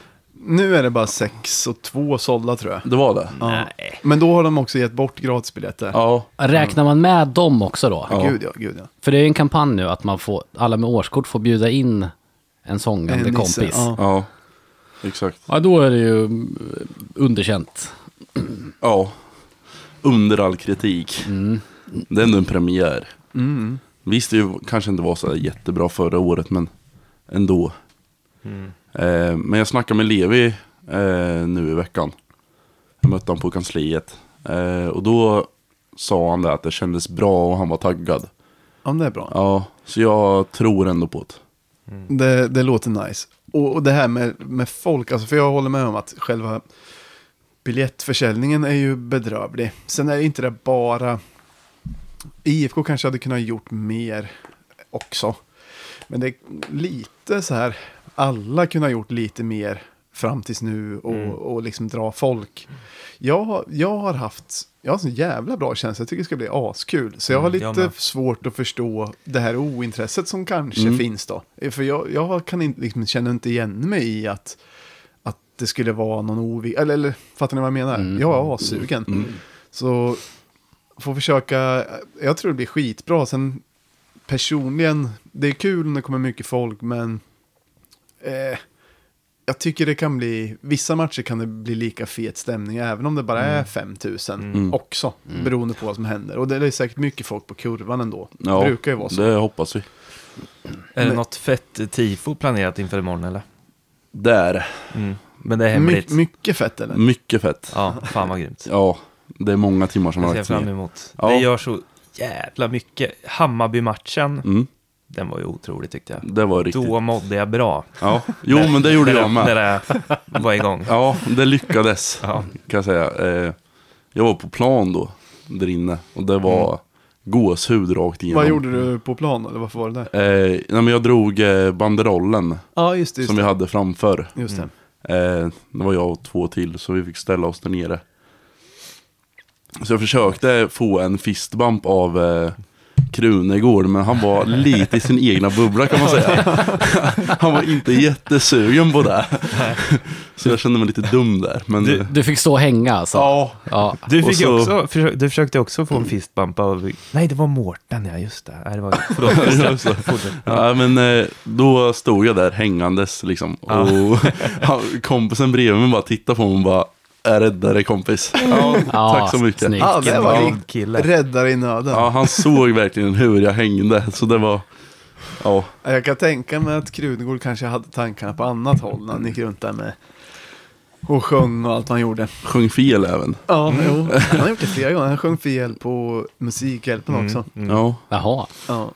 Speaker 1: Nu är det bara sex och två sålda tror jag.
Speaker 4: Det var det.
Speaker 1: Ja. Men då har de också gett bort gratisbiljetter.
Speaker 4: Ja,
Speaker 3: Räknar man med dem också då?
Speaker 1: Gud ja, gud ja.
Speaker 3: För det är ju en kampanj nu att man får, alla med årskort får bjuda in en sångande
Speaker 1: En
Speaker 3: kompis.
Speaker 1: Eh, nisse, ja.
Speaker 4: ja. Exakt.
Speaker 3: Ja, då är det ju mm, underkänt.
Speaker 4: Ja. Under all kritik. Det är ändå en premiär. Visst, det ju- kanske inte var så här jättebra förra året, men ändå. Eh, men jag snackade med Levi eh, nu i veckan. Jag mötte honom på kansliet. Eh, och då sa han det att det kändes bra och han var taggad.
Speaker 1: Om det är bra.
Speaker 4: Ja, så jag tror ändå på det.
Speaker 1: Det, det låter nice. Och, och det här med, med folk, alltså, för jag håller med om att själva biljettförsäljningen är ju bedrövlig. Sen är det inte det bara... IFK kanske hade kunnat gjort mer också. Men det är lite så här, alla kunde ha gjort lite mer fram tills nu och,
Speaker 2: Mm.
Speaker 1: och liksom dra folk. Jag, har- jag har haft, jag har sån jävla bra känsla, jag tycker det ska bli askul. Så jag har
Speaker 2: Mm, jag
Speaker 1: lite
Speaker 2: med.
Speaker 1: svårt att förstå det här ointresset som kanske
Speaker 2: Mm.
Speaker 1: finns då. För jag, jag kan inte, liksom, känner inte igen mig i att, att det skulle vara någon ovi... Eller, eller fattar ni vad jag menar? Jag är assugen. Så får försöka, jag tror det blir skitbra. Sen personligen, det är kul när det kommer mycket folk, men eh, jag tycker det kan bli, vissa matcher kan det bli lika fet stämning, även om det bara är 5000 också, beroende på vad som händer. Och det är säkert mycket folk på kurvan ändå,
Speaker 4: Ja,
Speaker 1: brukar ju vara så.
Speaker 4: Det hoppas vi.
Speaker 2: Är det något fett tifo planerat inför imorgon eller?
Speaker 4: Där,
Speaker 2: Mm. Men det är
Speaker 1: My,
Speaker 2: hemligt.
Speaker 1: mycket fett eller?
Speaker 4: mycket fett. Ja,
Speaker 2: Ja, fan vad grymt.
Speaker 4: det är många timmar som
Speaker 2: Det
Speaker 4: har
Speaker 2: ser jag
Speaker 4: lagts
Speaker 2: fram
Speaker 4: ner.
Speaker 2: emot.
Speaker 4: Ja.
Speaker 2: Det gör så jävla mycket. Hammarby-matchen,
Speaker 4: Mm,
Speaker 2: den var ju otrolig tyckte jag.
Speaker 4: det var riktigt.
Speaker 2: Då mådde jag bra.
Speaker 4: Ja. Jo, men det gjorde
Speaker 2: när,
Speaker 4: jag
Speaker 2: När
Speaker 4: med.
Speaker 2: det var igång.
Speaker 4: Ja, det lyckades
Speaker 2: Ja.
Speaker 4: kan jag säga. Eh, Jag var på plan då, där inne. Och det var gåshud rakt igenom.
Speaker 1: Vad gjorde du på plan eller varför var det där?
Speaker 4: Eh, nej, men jag drog eh, banderollen
Speaker 1: Ja, just det. Just
Speaker 4: som vi
Speaker 1: det.
Speaker 4: hade framför.
Speaker 1: Just det.
Speaker 4: Eh, det var jag och två till, så vi fick ställa oss där nere. Så jag försökte få en fistbump av eh, Krunegård, men han var lite i sin egna bubbla kan man säga. han var inte jättesugen på det. så jag kände mig lite dum där. Men, eh,
Speaker 2: Du-
Speaker 3: Du fick stå och hänga alltså?
Speaker 4: ja,
Speaker 3: Ja.
Speaker 2: Du,
Speaker 4: Och
Speaker 2: fick
Speaker 4: så-
Speaker 2: också, försö- du försökte också få en fistbump av... Nej, det var Mårten, ja just det. Nej, det var... Förlåt. Fortsätt.
Speaker 4: Ja, men eh, då stod jag där hängandes liksom. Och han- kompisen bredvid mig bara tittade på mig och bara, är räddare kompis. Ja,
Speaker 3: Ja,
Speaker 4: tack så mycket.
Speaker 3: snyggt.
Speaker 1: Ja, det
Speaker 2: Vilken
Speaker 1: var
Speaker 2: bra
Speaker 1: rikt-
Speaker 2: kille.
Speaker 1: Räddare i nöden.
Speaker 4: Ja, han såg verkligen hur jag hängde, så det var, ja,
Speaker 1: Jag kan tänka mig att Krunegård kanske hade tankarna på annat håll när han gick runt där med och sjöng och allt han gjorde.
Speaker 4: sjöng fel även.
Speaker 1: Ja, jo. Han har gjort det flera gånger. Han sjöng fel på Musikhjälpen också.
Speaker 4: Ja,
Speaker 3: Jaha.
Speaker 1: Ja.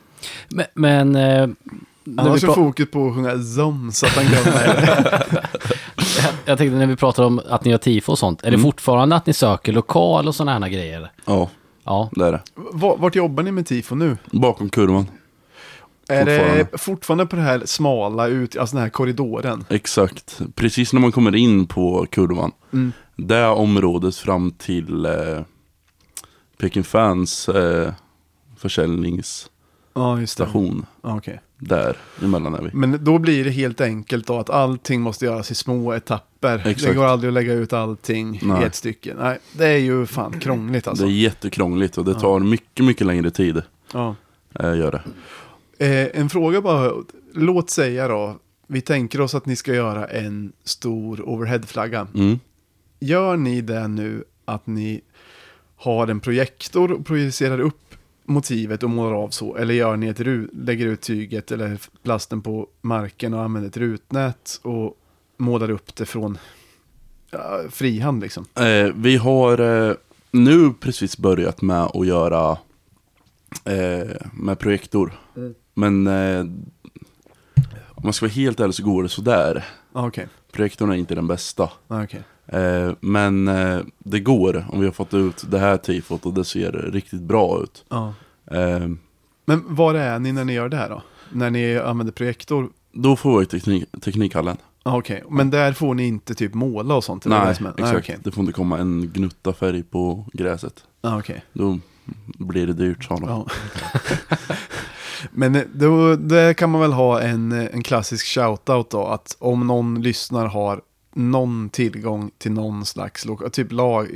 Speaker 3: Men, men eh,
Speaker 1: Han
Speaker 3: när
Speaker 1: har
Speaker 3: vi
Speaker 1: så
Speaker 3: pra-
Speaker 1: fokus på att sjunga Zom så att han glömmer det.
Speaker 3: jag tänkte när vi pratar om att ni har tifo och sånt, är
Speaker 4: Mm.
Speaker 3: det fortfarande att ni söker lokal och sådana här grejer?
Speaker 4: ja,
Speaker 3: Ja.
Speaker 4: det är det.
Speaker 1: Va- Vart jobbar ni med tifo nu?
Speaker 4: Bakom kurvan,
Speaker 1: Är
Speaker 4: Fortfarande.
Speaker 1: det fortfarande på det här smala, ut, alltså den här korridoren?
Speaker 4: exakt. Precis när man kommer in på kurvan,
Speaker 1: Mm.
Speaker 4: det området fram till eh, Peking Fans eh, försäljningsstation,
Speaker 1: Ja, just det. Ja, okej.
Speaker 4: där emellan är vi.
Speaker 1: Men då blir det helt enkelt då att allting måste göras i små etapper. Det
Speaker 4: Exakt.
Speaker 1: går aldrig att lägga ut allting
Speaker 4: Nej.
Speaker 1: i ett stycke. Nej, det är ju fan krångligt alltså.
Speaker 4: Det är jättekrångligt och det tar mycket, mycket längre tid.
Speaker 1: Ja.
Speaker 4: Eh, gör det.
Speaker 1: Eh, en fråga bara. Låt säga då. Vi tänker oss att ni ska göra en stor overheadflagga.
Speaker 4: Mm.
Speaker 1: Gör ni det nu att ni har en projektor och projicerar upp motivet och målar av så? Eller gör ni ett ru- lägger ut tyget eller plasten på marken och använder ett rutnät och målar upp det från ja, frihand liksom?
Speaker 4: Eh, vi har eh, nu precis börjat med att göra eh, med projektor.
Speaker 1: Mm.
Speaker 4: Men eh, om man ska vara helt ärlig så går det sådär.
Speaker 1: Ah, Okej,
Speaker 4: Projektorn är inte den bästa.
Speaker 1: ah, okej.
Speaker 4: Eh, men eh, det går om vi har fått ut det här tifot och det ser riktigt bra ut.
Speaker 1: Ja.
Speaker 4: Eh,
Speaker 1: Men var är ni när ni gör det här då? När ni använder projektor?
Speaker 4: då får vi teknik- Teknikhallen.
Speaker 1: Ah, Okej, men där får ni inte typ måla och sånt? eller
Speaker 4: Nej,
Speaker 1: det som är-
Speaker 4: exakt.
Speaker 1: Ah, okej.
Speaker 4: Det får inte komma en gnutta färg på gräset.
Speaker 1: Ah, okej.
Speaker 4: Då blir det dyrt sa de.
Speaker 1: Ja. Men eh, då, där kan man väl ha en, eh, en klassisk shoutout då, att om någon lyssnar har någon tillgång till någon slags lo- typ lag.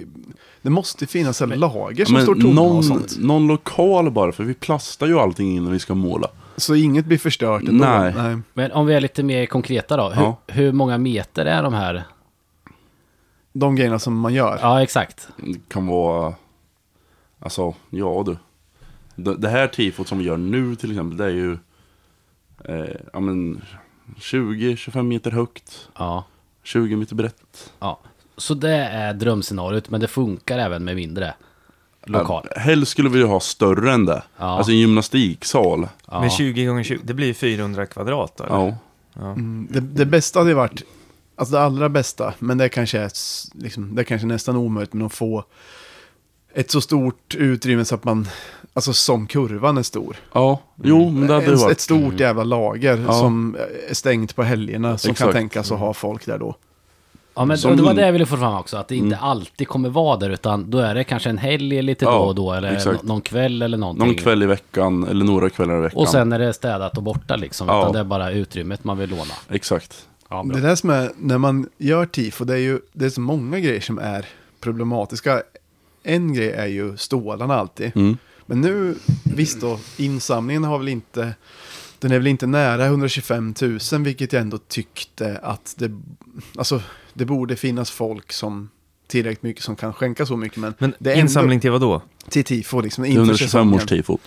Speaker 1: Det måste finnas en lager som
Speaker 4: Men
Speaker 1: står tomma
Speaker 4: någon,
Speaker 1: och sånt.
Speaker 4: någon lokal bara, för vi plastar ju allting innan vi ska måla.
Speaker 1: Så inget blir förstört ändå.
Speaker 4: Nej.
Speaker 3: Men om vi är lite mer konkreta då, hur,
Speaker 4: Ja.
Speaker 3: hur många meter är de här?
Speaker 1: De grejerna som man gör.
Speaker 3: Ja, exakt.
Speaker 4: Det kan vara... Alltså, ja du. Det, det här tifot som vi gör nu till exempel, det är ju... Eh, ja men... 20-25 meter högt,
Speaker 3: Ja.
Speaker 4: 20 meter brett.
Speaker 3: ja. Så det är drömscenariot, men det funkar även med mindre. lokal.
Speaker 4: Ja, helst skulle vi ju ha större än det.
Speaker 3: Ja.
Speaker 4: Alltså en gymnastiksal.
Speaker 3: Ja.
Speaker 2: Men 20 gånger 20, det blir ju 400 kvadrat då, eller?
Speaker 4: Ja.
Speaker 1: Mm, det, det bästa hade ju varit, alltså det allra bästa, men det kanske är, s- liksom, det är kanske nästan omöjligt, men att få ett så stort utrymme så att man, alltså som kurvan är stor.
Speaker 4: Ja, jo, men det hade ju
Speaker 1: Ett, ett
Speaker 4: varit. Mm.
Speaker 1: stort jävla lager
Speaker 4: Ja.
Speaker 1: som är stängt på helgerna som kan
Speaker 4: Exakt. Mm.
Speaker 1: tänkas att ha folk där då.
Speaker 3: Ja, men
Speaker 4: Som- Mm.
Speaker 3: och det var det jag ville få fram också, att det inte alltid kommer vara där, utan då är det kanske en helg lite
Speaker 4: Ja,
Speaker 3: då och då, eller
Speaker 4: exakt.
Speaker 3: nå- någon kväll eller någonting.
Speaker 4: Någon kväll i veckan, eller några kvällar i veckan.
Speaker 3: Och sen är det städat och borta liksom,
Speaker 4: Ja.
Speaker 3: utan det är bara utrymmet man vill låna.
Speaker 4: Exakt.
Speaker 3: Ja,
Speaker 1: Det där som är, när man gör tifo, det är ju, det är så många grejer som är problematiska. En grej är ju stålarna alltid.
Speaker 4: Mm.
Speaker 1: Men nu, visst då, insamlingen har väl inte, den är väl inte nära 125 000, vilket jag ändå tyckte att det, alltså, det borde finnas folk som tillräckligt mycket som kan skänka så mycket. Men,
Speaker 2: Men
Speaker 1: det är
Speaker 2: insamling
Speaker 1: ändå,
Speaker 2: till vad då? Ah,
Speaker 1: till tifo liksom.
Speaker 4: Det är
Speaker 1: inför säsongen.
Speaker 4: 125 års tifot.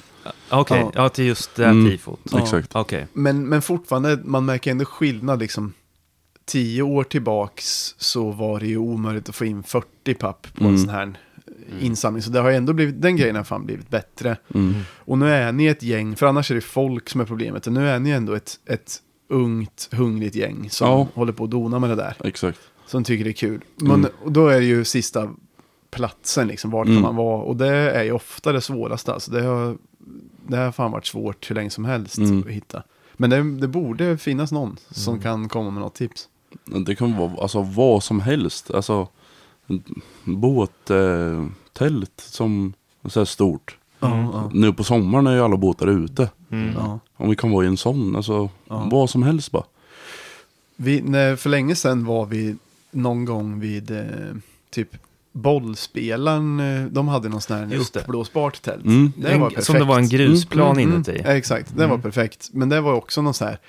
Speaker 2: Okej,
Speaker 1: Ja.
Speaker 2: ja. till just det här
Speaker 4: Mm,
Speaker 2: tifot.
Speaker 4: exakt.
Speaker 2: Okej.
Speaker 1: Men, men fortfarande, man märker ändå skillnad liksom. Tio år tillbaks så var det ju omöjligt att få in 40 papp på en sån här eh, insamling. Så det har ju ändå blivit, den grejen har fan blivit bättre. Och nu är ni ett gäng, för annars är det folk som är problemet. Och nu är ni ändå ett, ett ungt, hungrigt gäng som
Speaker 4: Ja.
Speaker 1: håller på att dona med det där.
Speaker 4: Exakt.
Speaker 1: Som tycker det är kul. Men och då är det ju sista platsen, liksom, vart kan
Speaker 4: Mm.
Speaker 1: man vara? Och det är ju ofta det svåraste. Alltså, det, har, det har fan varit svårt hur länge som helst
Speaker 4: Mm.
Speaker 1: att hitta. Men det, det borde finnas någon som kan komma med något tips.
Speaker 4: Det kan vara alltså, vad som helst. Alltså, en båt, eh, tält som så här stort.
Speaker 1: Ja,
Speaker 4: Nu på sommaren är ju alla båtar ute.
Speaker 1: ja.
Speaker 4: Om vi kan vara i en sån, alltså vad som helst bara.
Speaker 1: Vi, när, för länge sedan var vi någon gång vid eh, typ bollspelaren, eh, de hade någon sån här
Speaker 2: Just det.
Speaker 1: uppblåsbart tält.
Speaker 4: Mm.
Speaker 1: Det var
Speaker 2: En, som det
Speaker 1: perfekt.
Speaker 2: var en grusplan
Speaker 1: Mm,
Speaker 2: inuti.
Speaker 1: Mm, exakt, det var perfekt. Men det var också någon så här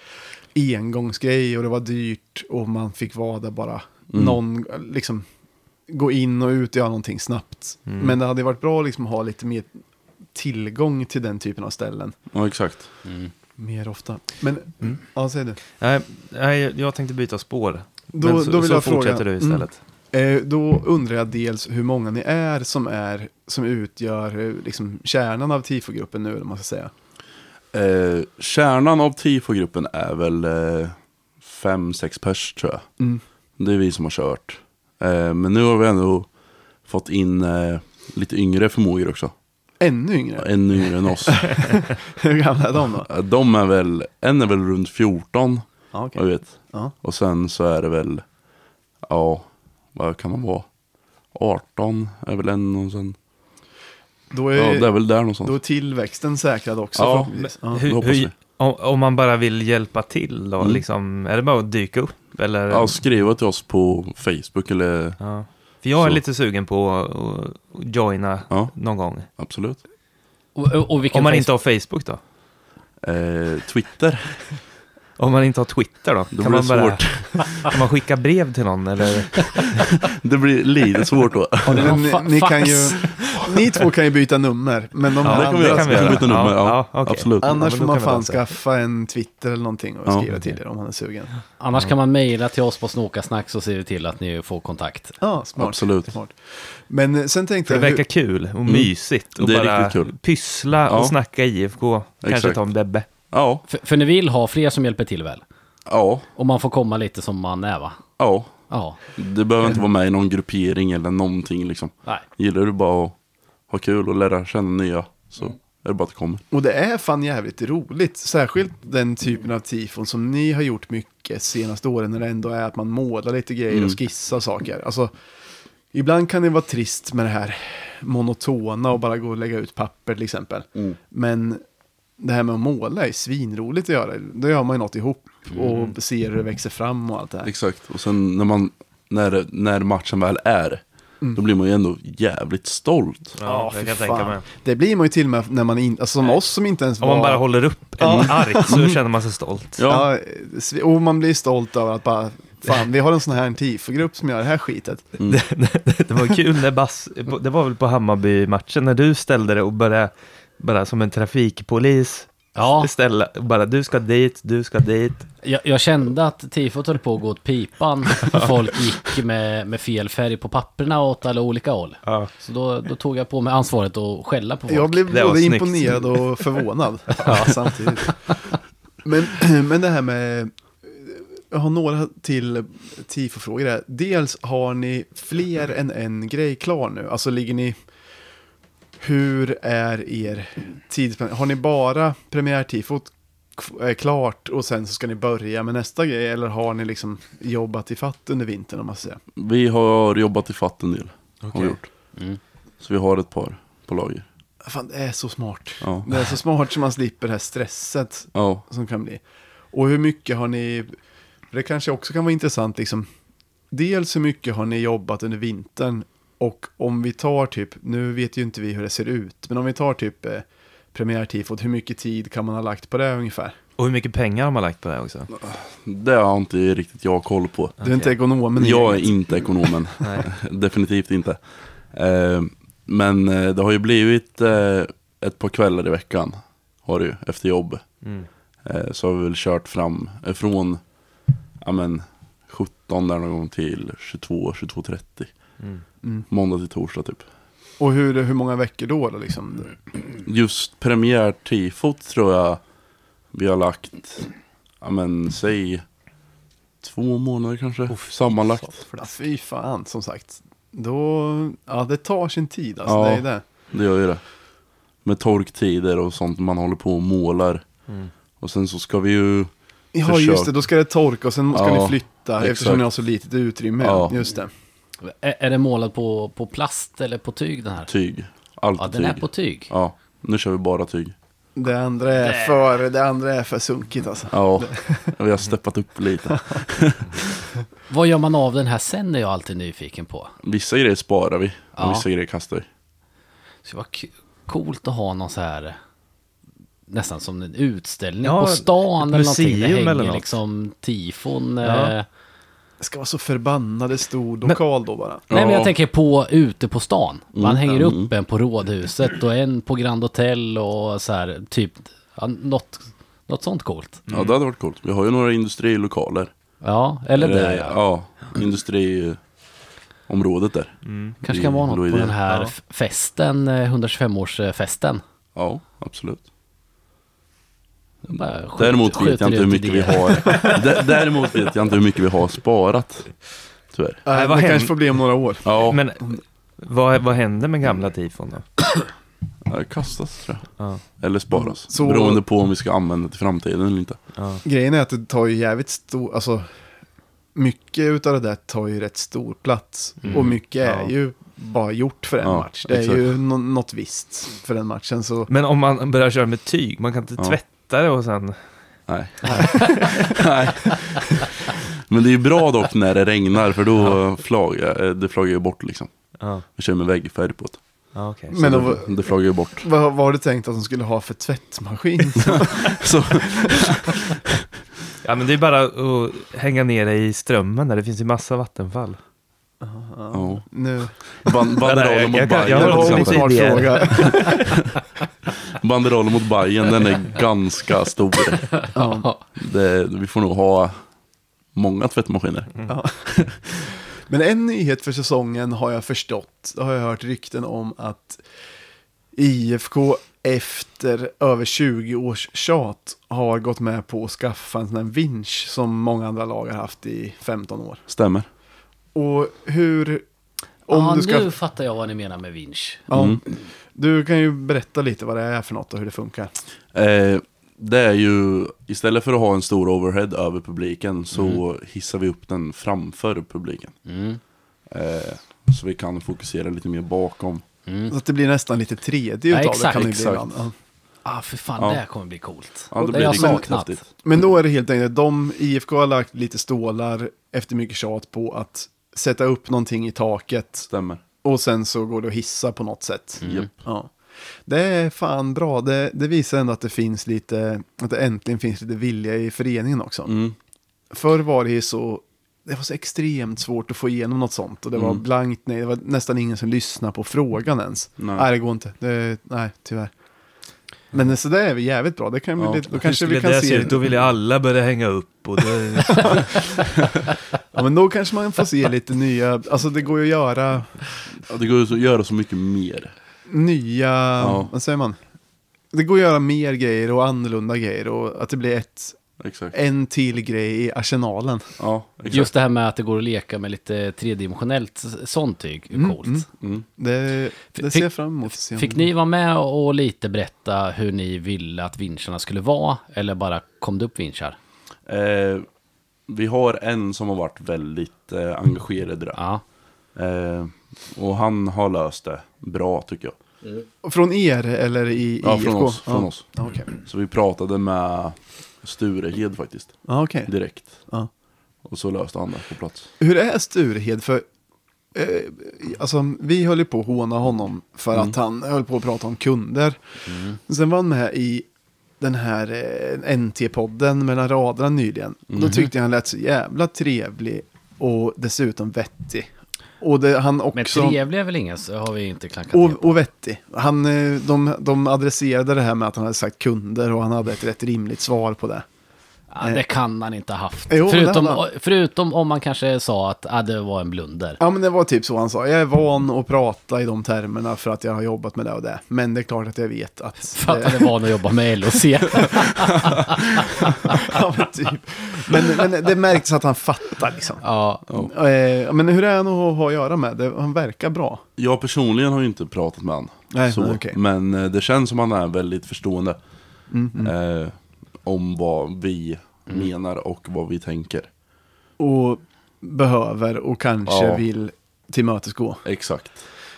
Speaker 1: engångsgrej och det var dyrt och man fick vara där bara
Speaker 2: Mm.
Speaker 1: någon, liksom gå in och ut och göra någonting snabbt.
Speaker 2: Mm.
Speaker 1: Men det hade varit bra liksom att ha lite mer tillgång till den typen av ställen.
Speaker 4: Ja, exakt.
Speaker 3: Mm.
Speaker 1: Mer ofta. Men,
Speaker 2: Mm.
Speaker 1: ja, säg du.
Speaker 2: Nej, nej, jag tänkte byta spår.
Speaker 1: Då-
Speaker 2: Men så,
Speaker 1: då vill
Speaker 2: så
Speaker 1: jag fråga- Mm.
Speaker 2: fortsätter du istället.
Speaker 1: Eh, då undrar jag dels hur många ni är som, är, som utgör eh, liksom, kärnan av TIFO-gruppen nu, eller vad man ska säga.
Speaker 4: Eh, kärnan av TIFO-gruppen är väl eh, fem, sex pers tror jag.
Speaker 1: Mm.
Speaker 4: Det är vi som har kört. Eh, men nu har vi ändå fått in eh, lite yngre förmågor också.
Speaker 1: Ännu yngre?
Speaker 4: Ännu yngre än oss.
Speaker 1: Hur gamla är de då?
Speaker 4: Eh, De är väl, en är väl runt 14.
Speaker 1: Ja, okej.
Speaker 4: Jag vet.
Speaker 1: Ja.
Speaker 4: Och sen så är det väl, ja, vad kan man vara? 18 är väl en och sen,
Speaker 1: Då är,
Speaker 4: ja det är väl där någonstans.
Speaker 1: Då är tillväxten säkrad också
Speaker 4: Ja,
Speaker 1: förhoppningsvis. Ja.
Speaker 4: det
Speaker 2: Hur,
Speaker 4: hoppas vi. Mm.
Speaker 2: hur, om, om man bara vill hjälpa till då, liksom, är det bara att dyka upp? Eller?
Speaker 4: Ja, skriva till oss på Facebook eller,
Speaker 2: Ja. För jag är
Speaker 4: Så.
Speaker 2: lite sugen på att- att joina
Speaker 4: Ja.
Speaker 2: någon gång.
Speaker 4: absolut.
Speaker 3: Och, och, och vilken
Speaker 2: Om man
Speaker 3: face-
Speaker 2: inte har Facebook då?
Speaker 4: Eh, Twitter,
Speaker 2: Om man inte har Twitter då?
Speaker 4: då blir det
Speaker 2: man
Speaker 4: svårt.
Speaker 2: kan man skicka brev till någon eller?
Speaker 4: Det blir lite svårt då.
Speaker 1: Men
Speaker 3: någon
Speaker 1: ni,
Speaker 3: fa-
Speaker 1: ni,
Speaker 3: fax?
Speaker 1: kan ju, ni två kan ju byta nummer, men de
Speaker 4: Ja,
Speaker 1: här
Speaker 4: det kan vi
Speaker 1: andra...
Speaker 4: göra.
Speaker 2: kan
Speaker 4: Vi
Speaker 2: vi
Speaker 4: kan
Speaker 2: göra.
Speaker 4: byta nummer. Ja,
Speaker 2: Ja, okej.
Speaker 4: absolut.
Speaker 2: Ja, men
Speaker 1: Annars
Speaker 2: då
Speaker 1: får
Speaker 2: kan
Speaker 1: man
Speaker 2: vi
Speaker 1: fan
Speaker 2: dansa.
Speaker 1: skaffa en Twitter eller någonting och
Speaker 4: Ja.
Speaker 1: skriva till er om man är sugen.
Speaker 3: Annars kan man mejla till oss på Snokasnack så ser vi till att ni får kontakt.
Speaker 1: Ja, smart.
Speaker 4: Absolut.
Speaker 1: Smart. Men eh, sen tänkte
Speaker 2: Det
Speaker 1: jag...
Speaker 2: verkar
Speaker 1: Hur,
Speaker 2: kul och mysigt. Och
Speaker 4: Mm. Det är
Speaker 2: bara
Speaker 4: riktigt kul.
Speaker 2: pyssla
Speaker 4: Ja.
Speaker 2: och snacka IFK. Kanske
Speaker 4: Exakt.
Speaker 2: ta en Bebbe.
Speaker 4: Ja,
Speaker 3: För, för ni vill ha fler som hjälper till väl?
Speaker 4: ja,
Speaker 3: Och man får komma lite som man är va?
Speaker 4: ja.
Speaker 3: Ja.
Speaker 4: Du behöver inte vara med i någon gruppering eller någonting liksom.
Speaker 3: Nej.
Speaker 4: Gillar du bara att ha kul och lära känna nya så
Speaker 1: Mm.
Speaker 4: är det bara att komma.
Speaker 1: och det är fan jävligt roligt, särskilt den typen av tifon som ni har gjort mycket senaste åren när det ändå är att man målar lite grejer och skissar saker. Alltså, Ibland kan det vara trist med det här monotona och bara gå och lägga ut papper till exempel. Men det här med att måla är svinroligt att göra. Då gör man ju något ihop och ser hur det växer fram och allt det här.
Speaker 2: Liksom,
Speaker 4: Exakt, och sen när, man, när, när matchen väl är, då blir man ju ändå jävligt stolt.
Speaker 2: Mm. Ja,
Speaker 1: fy
Speaker 2: jag kan tänka mig.
Speaker 1: Det blir man ju till och med när man inte, alltså som oss som inte ens
Speaker 2: Om
Speaker 1: var...
Speaker 2: man bara håller upp en ark så känner man sig stolt.
Speaker 4: Ja,
Speaker 1: Ja, svi- och man blir stolt över att bara, fan vi har en sån här tifogrupp som gör det här skitet.
Speaker 2: Det var kul när Bass, det var väl på Hammarby-matchen när du ställde dig och började bara som en trafikpolis
Speaker 3: Ja,
Speaker 2: ställa, bara du ska dit, du ska dit.
Speaker 3: jag, jag kände att tifot höll på att gå åt pipan. Folk gick med, med fel färg på papperna åt alla olika håll.
Speaker 2: Ja.
Speaker 3: Så då, då tog jag på mig ansvaret att skälla på folk.
Speaker 1: Jag blev
Speaker 2: Det var
Speaker 1: både
Speaker 2: snyggt.
Speaker 1: imponerad och förvånad samtidigt. Men, men det här med... Jag har några till tifofrågor här. Dels har ni fler än en grej klar nu? Alltså ligger ni... Hur är er tidsplan? Har ni bara premiärtifot k- eh, klart och sen så ska ni börja med nästa grej? Eller har ni liksom jobbat i fatt under vintern om man säger?
Speaker 4: Vi har jobbat i fatt en del. Har vi gjort.
Speaker 3: Mm.
Speaker 4: Så vi har ett par på lager.
Speaker 1: Fan, det är så smart.
Speaker 4: Ja.
Speaker 1: Det är så smart så man slipper det här stresset
Speaker 4: Ja.
Speaker 1: som kan bli. Och hur mycket har ni, det kanske också kan vara intressant liksom, dels hur mycket har ni jobbat under vintern och om vi tar typ, nu vet ju inte vi hur det ser ut, men om vi tar typ eh, premiärtifot, hur mycket tid kan man ha lagt på det ungefär?
Speaker 2: Och hur mycket pengar har man lagt på det här också?
Speaker 4: Det har inte riktigt jag koll på.
Speaker 1: Du är inte ekonomen i
Speaker 4: jag är
Speaker 1: gänget.
Speaker 4: inte ekonomen.
Speaker 2: Nej.
Speaker 4: Definitivt inte. Eh, Men eh, det har ju blivit eh, ett par kvällar i veckan. Har det ju, efter jobb.
Speaker 2: Mm.
Speaker 4: Eh, Så har vi väl kört fram eh, från ja, men, 17 där någon gång till 22, 22.30.
Speaker 2: Mm.
Speaker 1: Mm.
Speaker 4: Måndag till torsdag typ.
Speaker 1: Och hur, hur många veckor då, då liksom?
Speaker 4: Just premiärtifot tror jag vi har lagt, ja men säg två månader kanske sammanlagt.
Speaker 1: Ja, Fy fan, som sagt. Då, ja det tar sin tid alltså,
Speaker 4: Ja.
Speaker 1: det är det.
Speaker 4: Det gör ju det. Med torktider och sånt man håller på och målar.
Speaker 2: Mm.
Speaker 4: Och sen så ska vi ju,
Speaker 1: Ja
Speaker 4: Försök.
Speaker 1: just det, då ska det torka och sen ska
Speaker 4: Ja,
Speaker 1: ni flytta eftersom
Speaker 4: exakt.
Speaker 1: ni har så litet utrymme.
Speaker 4: Ja.
Speaker 1: Just det.
Speaker 3: Är, är det målad på, på plast eller på tyg den här?
Speaker 4: tyg. Allt
Speaker 3: Ja,
Speaker 4: är
Speaker 3: den är
Speaker 4: tyg.
Speaker 3: på tyg.
Speaker 4: Ja, nu kör vi bara tyg.
Speaker 1: Det andra är för, det andra är för sunkigt alltså.
Speaker 4: Ja, vi har steppat upp lite.
Speaker 3: Vad gör man av den här sen är jag alltid nyfiken på.
Speaker 4: Vissa grejer sparar vi och
Speaker 3: Ja.
Speaker 4: vissa grejer kastar vi.
Speaker 3: Så det var k- coolt att ha någon så här nästan som en utställning
Speaker 2: Ja,
Speaker 3: på stan
Speaker 2: ett
Speaker 3: eller någonting. Det
Speaker 2: museum
Speaker 3: hänger
Speaker 2: eller något.
Speaker 3: liksom tifon.
Speaker 2: Ja.
Speaker 3: Eh,
Speaker 1: Det ska vara så förbannade stor lokal då bara.
Speaker 3: Nej men
Speaker 4: Ja.
Speaker 3: jag tänker på ute på stan. Man hänger
Speaker 4: mm,
Speaker 3: upp en på Rådhuset och en på Grand Hotel och så här typ ja, något, något sånt coolt.
Speaker 4: Ja, det hade varit coolt. Vi har ju några industrilokaler.
Speaker 3: Ja, eller det.
Speaker 4: Eh,
Speaker 3: Ja.
Speaker 4: ja. industriområdet där.
Speaker 3: Kanske kan vara något
Speaker 4: Louis
Speaker 3: på
Speaker 4: D.
Speaker 3: den här
Speaker 2: Ja.
Speaker 3: f- festen, eh, 125-årsfesten.
Speaker 4: Ja, absolut.
Speaker 3: Bara skjut-
Speaker 4: Däremot vet
Speaker 3: skjuter
Speaker 4: jag inte hur
Speaker 3: ut
Speaker 4: mycket vi
Speaker 3: idéer.
Speaker 4: har. Dä- Däremot vet jag inte hur mycket vi har sparat. Tyvärr.
Speaker 1: Nej,
Speaker 2: vad
Speaker 1: Äh, det
Speaker 2: händer?
Speaker 1: kanske får bli om några år.
Speaker 4: Ja,
Speaker 2: Men vad, vad händer med gamla tifon då?
Speaker 4: eh, kastas tror jag.
Speaker 2: Ja.
Speaker 4: Eller sparas.
Speaker 1: Så-
Speaker 4: Beroende på om vi ska använda det i framtiden eller inte.
Speaker 2: Ja.
Speaker 1: Grejen är att det tar ju jävligt stor, alltså mycket av det där tar ju rätt stor plats. Och mycket är
Speaker 2: Mm. Ja.
Speaker 1: ju bara gjort för en
Speaker 4: Ja,
Speaker 1: match. Det är
Speaker 4: exakt.
Speaker 1: ju nå- något visst för den matchen. Så
Speaker 2: Men om man börjar köra med tyg, man kan inte
Speaker 4: Ja.
Speaker 2: tvätta det och sen...
Speaker 4: Nej. Nej. Men det är ju bra dock när det regnar för då flagar eh, det flagar ju bort liksom.
Speaker 2: Ja,
Speaker 4: Jag kör med väggfärg på det.
Speaker 2: ja okej.
Speaker 1: Men då-
Speaker 4: det, det flagar ju bort.
Speaker 1: vad, vad har du tänkt att de skulle ha för tvättmaskin?
Speaker 4: Så,
Speaker 2: Ja, men det är bara att hänga ner det i strömmen där, det finns ju massa vattenfall.
Speaker 4: ja.
Speaker 1: nu.
Speaker 4: Ban-
Speaker 2: Nej,
Speaker 4: Banderollen
Speaker 2: jag-
Speaker 4: mot
Speaker 2: jag kan-
Speaker 4: Bajen
Speaker 2: jag
Speaker 1: Det
Speaker 2: har
Speaker 4: till
Speaker 1: var en
Speaker 2: lite
Speaker 4: exempel.
Speaker 1: smart
Speaker 2: idéer.
Speaker 1: fråga.
Speaker 4: Banderollen mot Bajen, den är ganska stor.
Speaker 1: Ja.
Speaker 4: Det, vi får nog ha många tvättmaskiner.
Speaker 2: Mm.
Speaker 1: Men en nyhet för säsongen har jag förstått, har jag hört rykten om att IFK efter över 20 års tjat har gått med på att skaffa en sån här vinsch som många andra lag har haft i 15 år.
Speaker 4: Stämmer.
Speaker 1: Och hur, om
Speaker 3: ja,
Speaker 1: du ska,
Speaker 3: nu fattar jag vad ni menar med vinsch.
Speaker 1: ja, du kan ju berätta lite vad det är för något och hur det funkar.
Speaker 4: Eh, det är ju, istället för att ha en stor overhead över publiken så
Speaker 2: Mm.
Speaker 4: hissar vi upp den framför publiken.
Speaker 3: Mm.
Speaker 4: Eh, så vi kan fokusera lite mer bakom.
Speaker 1: Så att det blir nästan lite 3D utav
Speaker 3: Ja, exakt.
Speaker 1: det kan det bli
Speaker 4: Exakt.
Speaker 1: ibland. Ja.
Speaker 3: Ah, för fan,
Speaker 4: Ja.
Speaker 3: det här kommer bli coolt.
Speaker 4: Ja,
Speaker 3: det har jag
Speaker 4: riktigt
Speaker 3: saknat.
Speaker 4: häftigt.
Speaker 1: Men då är det helt enkelt, de, IFK har lagt lite stålar efter mycket tjat på att sätta upp någonting i taket
Speaker 4: Stämmer.
Speaker 1: Och sen så går det att hissa på något sätt.
Speaker 4: Japp.
Speaker 1: Ja. Det är fan bra. Det, det visar ändå att det finns lite, att det äntligen finns lite vilja i föreningen också.
Speaker 4: Mm.
Speaker 1: Förr var det ju så, det var så extremt svårt att få igenom något sånt. Och det var blankt nej, det var nästan ingen som lyssnade på frågan ens. Nej,
Speaker 4: Nej.
Speaker 1: det går inte. Det, nej, tyvärr. Men så där är vi jävligt bra. Det kan vi,
Speaker 4: Ja.
Speaker 1: det- då kanske
Speaker 2: Skulle
Speaker 1: vi kan
Speaker 2: det
Speaker 1: se...
Speaker 2: se ut, Då vill ju alla börja hänga upp. Och det,
Speaker 1: Ja, men då kanske man får se lite nya, alltså det går ju att göra
Speaker 4: Ja, det går ju att göra så mycket mer.
Speaker 1: nya,
Speaker 4: Ja.
Speaker 1: vad säger man? Det går att göra mer grejer och annorlunda grejer och att det blir ett,
Speaker 4: Exakt.
Speaker 2: Eh,
Speaker 1: en till grej i arsenalen.
Speaker 4: Ja, exakt.
Speaker 3: Just det här med att det går att leka med lite tredimensionellt s- sånt tyg, är coolt.
Speaker 4: Mm.
Speaker 1: Det, det ser jag fram emot. att se om-
Speaker 3: Fick ni vara med och lite berätta hur ni ville att vinscharna skulle vara? Eller bara kom det upp vinschar?
Speaker 4: Eh, vi har en som har varit väldigt eh, engagerad i det.
Speaker 3: Ja.
Speaker 4: Eh, och han har löst det bra tycker jag.
Speaker 1: Från er eller i
Speaker 4: Ja,
Speaker 1: i
Speaker 4: från
Speaker 1: IFK?
Speaker 4: oss. Från
Speaker 1: ja.
Speaker 4: oss.
Speaker 1: Ja, Okej.
Speaker 4: Så vi pratade med Sturehed faktiskt,
Speaker 1: Ja, okej.
Speaker 4: direkt.
Speaker 1: Ja.
Speaker 4: Och så löste han det på plats.
Speaker 1: Hur är Sturehed? För, eh, alltså, vi höll ju på att håna honom för att han höll på att prata om kunder. Sen var han med i den här eh, NT-podden mellan raderna nyligen. Då tyckte jag han lät så jävla trevlig och dessutom vettig. Och det, han
Speaker 3: Men
Speaker 1: också...
Speaker 3: trevliga är väl ingen, så har vi inte klankat
Speaker 1: Och,
Speaker 3: ner på.
Speaker 1: och vettig. Han, eh, de, de adresserade det här med att han hade sagt kunder och han hade ett rätt rimligt svar på det.
Speaker 3: Ja, det kan han inte ha haft.
Speaker 1: Eh. Jo, det
Speaker 3: förutom,
Speaker 1: hade
Speaker 3: förutom om man kanske sa att ah, det var en blunder.
Speaker 1: Ja men det var typ så han sa. Jag är van att prata i de termerna för att jag har jobbat med det och det. Men det är klart att jag vet att...
Speaker 3: För att
Speaker 1: eh,
Speaker 3: han är van att jobba med LOC.
Speaker 1: ja, men, typ. men, men det märktes att han fattar liksom.
Speaker 3: ja.
Speaker 1: Eh, men hur är han att ha att göra med? Det, han verkar bra.
Speaker 4: Jag personligen har ju inte pratat med han.
Speaker 1: Nej,
Speaker 4: så,
Speaker 1: nej, okej. Mm,
Speaker 4: Men eh, det känns som han är väldigt förstående. Eh, om vad vi menar och vad vi tänker.
Speaker 1: Och behöver och kanske
Speaker 4: Ja.
Speaker 1: vill tillmötesgå.
Speaker 4: Exakt.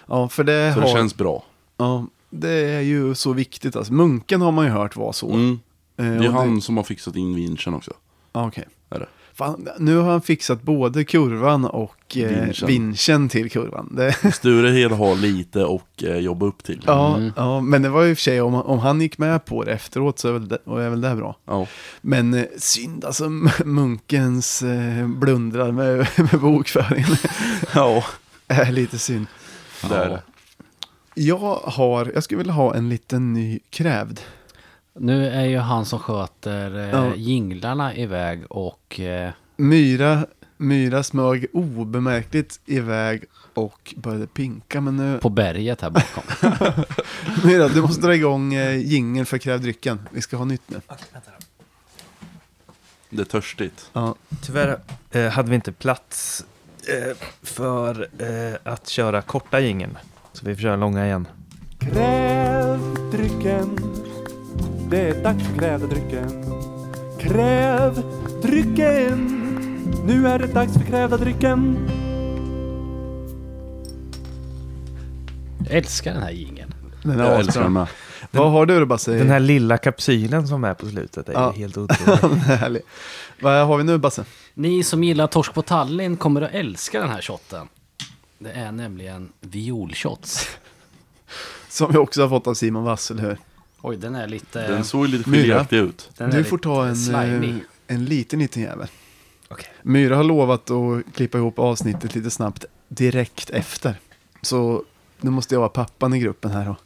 Speaker 1: Ja, för det,
Speaker 4: Så
Speaker 1: har,
Speaker 4: det känns bra.
Speaker 1: ja, det är ju så viktigt. Alltså, munken har man ju hört var så.
Speaker 4: Mm. Det
Speaker 1: Eh,
Speaker 4: är
Speaker 1: och
Speaker 4: han som har fixat in vinschen också.
Speaker 1: Ja, okej.
Speaker 4: Är det?
Speaker 1: Fan, nu har han fixat både kurvan och eh,
Speaker 4: Vinschen.
Speaker 1: vinschen till kurvan. Det,
Speaker 4: Sturehed har lite och eh, jobba upp till.
Speaker 1: Ja, ja, men det var ju i och för sig, om, om han gick med på det efteråt så är väl det, och är väl det bra.
Speaker 4: Ja.
Speaker 1: Men eh, synd alltså, m- munkens eh, blundrar med, med bokföringen
Speaker 4: ja.
Speaker 1: är lite synd.
Speaker 4: Det är det.
Speaker 1: Jag har, jag skulle vilja ha en liten ny krävd.
Speaker 3: Nu är ju han som sköter eh,
Speaker 1: Ja.
Speaker 3: jinglarna iväg och eh,
Speaker 1: Myra, Myra smög obemärkligt iväg och började pinka, men nu...
Speaker 3: på berget här bakom.
Speaker 1: Myra, du måste dra igång eh, jingeln för kräv drycken. Vi ska ha nytt nu.
Speaker 4: Det är törstigt.
Speaker 1: Ja.
Speaker 2: Tyvärr eh, hade vi inte plats eh, för eh, att köra korta jingeln. Så vi får köra långa igen.
Speaker 6: Kräv drycken. Det är dags för kräva drycken. Kräv drycken. Nu är det dags för kräva drycken.
Speaker 3: Jag älskar den här jingeln.
Speaker 1: Den är
Speaker 4: Jag
Speaker 1: asbra.
Speaker 4: älskar den med.
Speaker 1: Vad har du då, Basse?
Speaker 2: Den här lilla kapsylen som är på slutet är
Speaker 1: Ja.
Speaker 2: ju helt otrolig.
Speaker 1: Härlig. Vad har vi nu, Basse?
Speaker 3: Ni som gillar torsk på Tallinn kommer att älska den här shotten. Det är nämligen violshots.
Speaker 1: Som vi också har fått av Simon Wasselhör.
Speaker 3: Oj, den är lite...
Speaker 4: Den såg ju lite
Speaker 1: Myra.
Speaker 4: skiljaktig ut.
Speaker 3: den är
Speaker 1: Du
Speaker 3: lite
Speaker 1: får ta en, eh,
Speaker 3: slimy.
Speaker 1: en liten, liten jävel.
Speaker 2: Okej.
Speaker 1: Myra har lovat att klippa ihop avsnittet lite snabbt direkt efter. Så nu måste jag vara pappan i gruppen här då.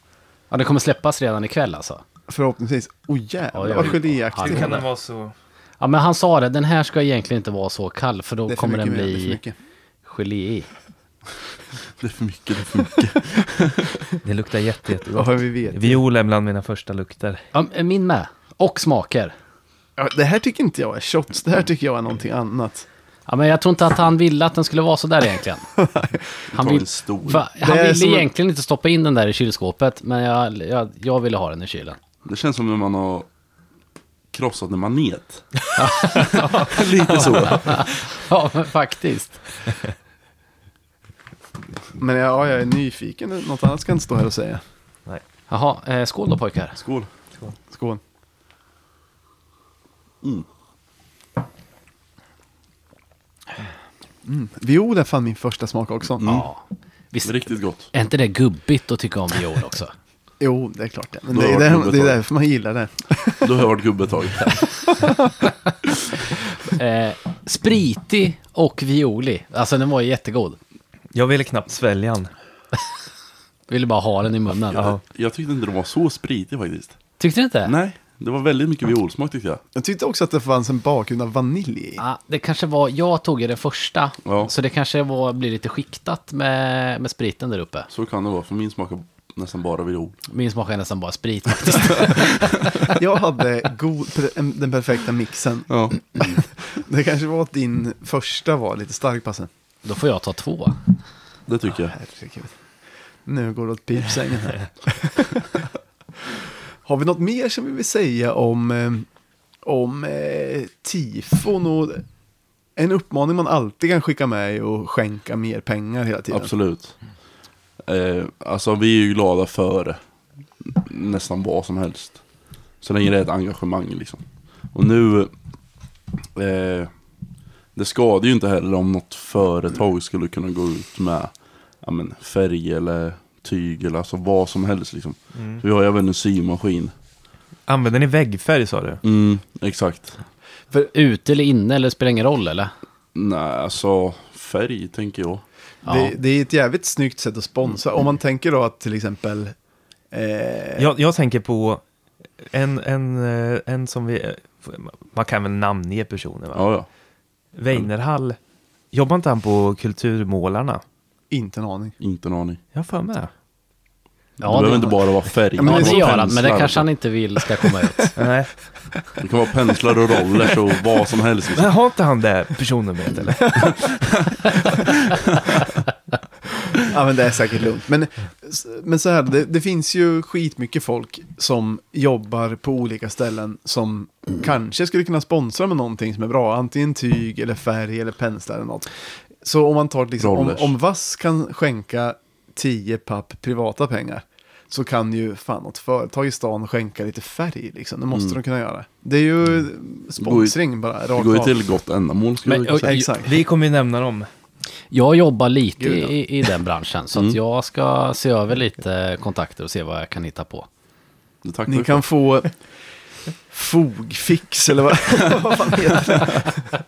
Speaker 3: Ja, den kommer släppas redan ikväll alltså.
Speaker 1: Förhoppningsvis. Åh oh,
Speaker 3: Oj,
Speaker 1: jävlar
Speaker 3: oj,
Speaker 1: vad
Speaker 3: oj.
Speaker 1: geléaktig
Speaker 3: Hallå.
Speaker 1: hon
Speaker 2: Kan
Speaker 1: är.
Speaker 2: den vara så...
Speaker 3: Ja, men han sa det. Den här ska egentligen inte vara så kall för då
Speaker 1: Det är för
Speaker 3: kommer
Speaker 1: mycket
Speaker 3: den
Speaker 1: Myra, det är för
Speaker 3: bli
Speaker 1: mycket.
Speaker 3: gelé i.
Speaker 4: Det är för mycket, det är för mycket.
Speaker 2: Det luktar jätte,
Speaker 1: Vad
Speaker 2: jättegott.
Speaker 1: har vi vet?
Speaker 2: Viol är bland mina första lukter.
Speaker 3: Ja, min med. Och smaker.
Speaker 1: Ja, det här tycker inte jag är shots, det här tycker jag är någonting annat.
Speaker 3: Ja, men jag tror inte att han ville att den skulle vara så där egentligen. Han,
Speaker 4: Ta
Speaker 3: vill,
Speaker 4: en stor.
Speaker 3: va, han
Speaker 1: Det är
Speaker 3: ville
Speaker 1: som-
Speaker 3: egentligen inte stoppa in den där i kylskåpet, men jag, jag, jag ville ha den i kylen.
Speaker 4: Det känns som när man har krossat en manet. lite så.
Speaker 3: Ja, men faktiskt.
Speaker 1: Men ja, jag är nyfiken, något annat ska jag inte stå här och säga.
Speaker 3: Jaha, eh, skål då pojkar.
Speaker 4: Skål.
Speaker 1: Skål. Mm. Viol är fan min första smak också.
Speaker 3: Mm. Ja. Visst,
Speaker 4: Riktigt gott.
Speaker 3: är inte det gubbigt att tycka om viol också?
Speaker 1: Jo, det är klart det. Men
Speaker 4: Då
Speaker 1: det, är där,
Speaker 4: har du
Speaker 1: det är
Speaker 4: betalt.
Speaker 1: därför man gillar det.
Speaker 4: Då har jag varit gubbe ett tag.
Speaker 3: Eh, spritig och violig. Alltså den var ju jättegod.
Speaker 2: Jag ville knappt svälja den.
Speaker 3: Ville bara ha den i munnen.
Speaker 4: Jag tyckte inte den var så spritig faktiskt.
Speaker 3: Tyckte du inte?
Speaker 4: Nej, det var väldigt mycket violsmak tyckte jag.
Speaker 1: Jag tyckte också att det fanns en bakgrund av vanilj i.
Speaker 3: Ja, Ah, det kanske var, jag tog ju den första,
Speaker 4: Ja.
Speaker 3: så det kanske var, blir lite skiktat med, med spriten där uppe.
Speaker 4: Så kan det vara, för min smakar nästan bara viol.
Speaker 3: Min smak är nästan bara sprit faktiskt.
Speaker 1: Jag hade god, pre- en- den perfekta mixen.
Speaker 4: Ja.
Speaker 1: Det kanske var att din första var lite stark, Passe.
Speaker 3: Då får jag ta två.
Speaker 4: Det tycker jag.
Speaker 1: Herregud. Nu går det åt pipsängen här. Har vi något mer som vi vill säga om, eh, om eh, tifon? Och en uppmaning man alltid kan skicka med är att skänka mer pengar hela tiden.
Speaker 4: Absolut. Eh, alltså vi är ju glada för nästan vad som helst. Så länge det är ett engagemang liksom. Och nu, eh, det skadar ju inte heller om något företag skulle kunna gå ut med ja, men, färg eller tyg eller alltså vad som helst liksom.
Speaker 3: Mm.
Speaker 4: Vi har ju även en symaskin.
Speaker 2: Använder ni väggfärg sa du?
Speaker 4: Mm, exakt.
Speaker 3: Ute eller inne, eller spelar ingen roll eller?
Speaker 4: Nej, alltså färg tänker jag.
Speaker 1: Det,
Speaker 3: Ja.
Speaker 1: det är ett jävligt snyggt sätt att sponsra. Om man tänker då att till exempel... Eh,
Speaker 2: Jag, jag tänker på en, en, eh, en som vi... Man kan väl namnge personer va?
Speaker 4: Ja, ja.
Speaker 2: Weinerhall. Jobbar inte han på Kulturmålarna?
Speaker 1: Inte en aning.
Speaker 4: Inte en aning.
Speaker 2: Jag har för mig det.
Speaker 4: det behöver
Speaker 3: det,
Speaker 4: inte bara vara färg.
Speaker 1: Ja,
Speaker 3: ja,
Speaker 1: men
Speaker 3: det
Speaker 1: som
Speaker 3: gör han, men det
Speaker 4: penslar. liksom.
Speaker 3: kanske han inte vill ska komma ut.
Speaker 2: Nej.
Speaker 4: Det kan vara penslar och rollers och vad som helst. Liksom.
Speaker 2: Men har inte han det personnumret eller?
Speaker 1: Ja, men det är säkert lugnt. Men, men så här, det, det finns ju skitmycket folk som jobbar på olika ställen som kanske skulle kunna sponsra med någonting som är bra. Antingen tyg eller färg eller penslar eller något. Så om man tar liksom, om,
Speaker 4: Rollers.
Speaker 1: om Vass kan skänka 10 papp privata pengar så kan ju fan något företag i stan skänka lite färg liksom. Det
Speaker 4: Mm.
Speaker 1: måste de kunna göra. Det är ju sponsring bara,
Speaker 4: Det
Speaker 1: rakt
Speaker 4: går ju
Speaker 1: av.
Speaker 4: till gott ändamål skulle
Speaker 3: Men-
Speaker 4: jag säga.
Speaker 1: Exakt.
Speaker 2: Vi kommer ju nämna dem.
Speaker 3: Jag jobbar lite
Speaker 1: Gud, ja.
Speaker 3: i, i den branschen, så
Speaker 2: Mm.
Speaker 3: att jag ska se över lite kontakter och se vad jag kan hitta på.
Speaker 4: Det tackar
Speaker 1: Ni
Speaker 4: vi
Speaker 1: kan få fogfix eller vad, vad fan heter det?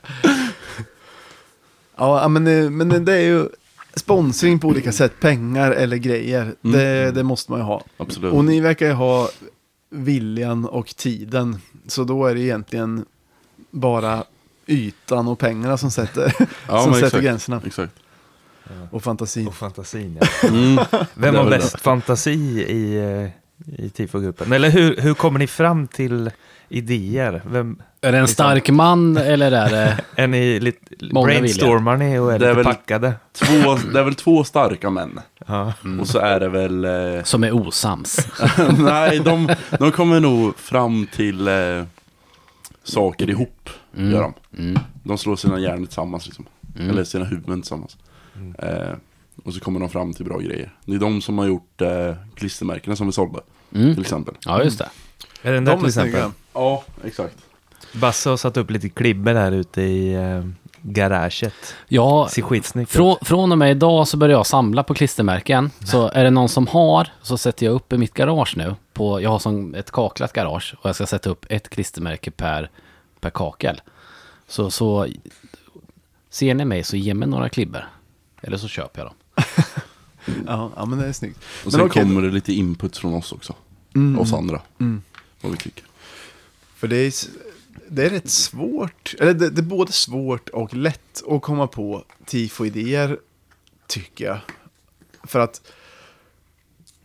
Speaker 1: ja, men, eh, men det är ju sponsring på olika sätt, pengar eller grejer. Det, det måste man ju ha.
Speaker 4: för. Mm. Absolut.
Speaker 1: Och ni verkar ju ha viljan och tiden. Så då är det egentligen bara ytan och pengarna som sätter,
Speaker 4: Ja,
Speaker 1: som
Speaker 4: men
Speaker 1: sätter
Speaker 4: exakt.
Speaker 1: gränserna.
Speaker 4: Exakt.
Speaker 1: Och fantasin.
Speaker 2: Och fantasin ja. Vem
Speaker 4: Mm. Det är
Speaker 2: har
Speaker 4: väl
Speaker 2: bäst fantasi i, eh, i TIFO-gruppen? Eller hur, hur kommer ni fram till idéer? Vem,
Speaker 3: Är det en stark man eller är det...
Speaker 2: är ni lite,
Speaker 3: Många
Speaker 2: brainstormar ni och är,
Speaker 4: Det är
Speaker 2: lite
Speaker 4: väl-
Speaker 2: packade?
Speaker 4: Två, det är väl två starka män.
Speaker 2: Ja.
Speaker 4: Och så är det väl... Eh,
Speaker 3: Som är osams.
Speaker 4: nej, de, de kommer nog fram till eh, saker ihop. Gör de.
Speaker 3: Mm.
Speaker 4: de slår sina hjärnor tillsammans. Liksom. Eller sina huvuden tillsammans. Eh, och så kommer de fram till bra grejer. Det är de som har gjort eh, klistermärkena som vi sålde. Till exempel.
Speaker 3: Ja, just det.
Speaker 2: Är den där
Speaker 1: De
Speaker 2: till
Speaker 1: är
Speaker 2: exempel?
Speaker 1: snygga.
Speaker 4: Ja, exakt.
Speaker 2: Basse har satt upp lite klibber här ute i eh, garaget.
Speaker 3: Ja,
Speaker 2: Ser skitsnyggt ut.
Speaker 3: Från, från och med idag så börjar jag samla på klistermärken. Så är det någon som har så sätter jag upp i mitt garage nu. På, jag har som ett kaklat garage och jag ska sätta upp ett klistermärke per, per kakel. Så, så ser ni mig så ge mig några klibber. Eller så köper jag dem.
Speaker 1: Ja, ja, men det är snyggt.
Speaker 4: Och
Speaker 1: men
Speaker 4: sen
Speaker 1: okej, Mm.
Speaker 4: kommer det lite input från oss också. Oss andra. Vad vi tycker.
Speaker 1: För det är, s- det är rätt svårt, eller det, det är både svårt och lätt att komma på tifo-idéer, tycker jag. För att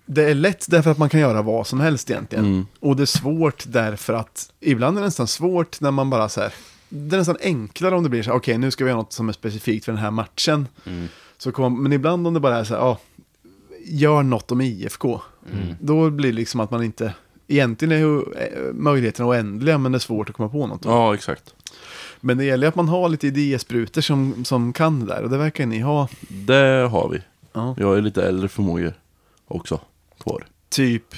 Speaker 1: det är lätt därför att man kan göra vad som helst egentligen. Och det är svårt därför att ibland är det nästan svårt när man bara så här, det är nästan enklare om det blir så här, okej nu ska vi göra något som är specifikt för den här matchen. Så kommer, men ibland om det bara är så här, ja, gör något om IFK. Då blir det liksom att man inte... Egentligen är ju eh, möjligheterna oändliga, men det är svårt att komma på något.
Speaker 4: Ja, exakt.
Speaker 1: Men det gäller ju att man har lite idésprutor som, som kan det där, och det verkar ni ha.
Speaker 4: Det har vi.
Speaker 1: Ja.
Speaker 4: Vi har ju lite äldre förmågor också kvar.
Speaker 1: Typ,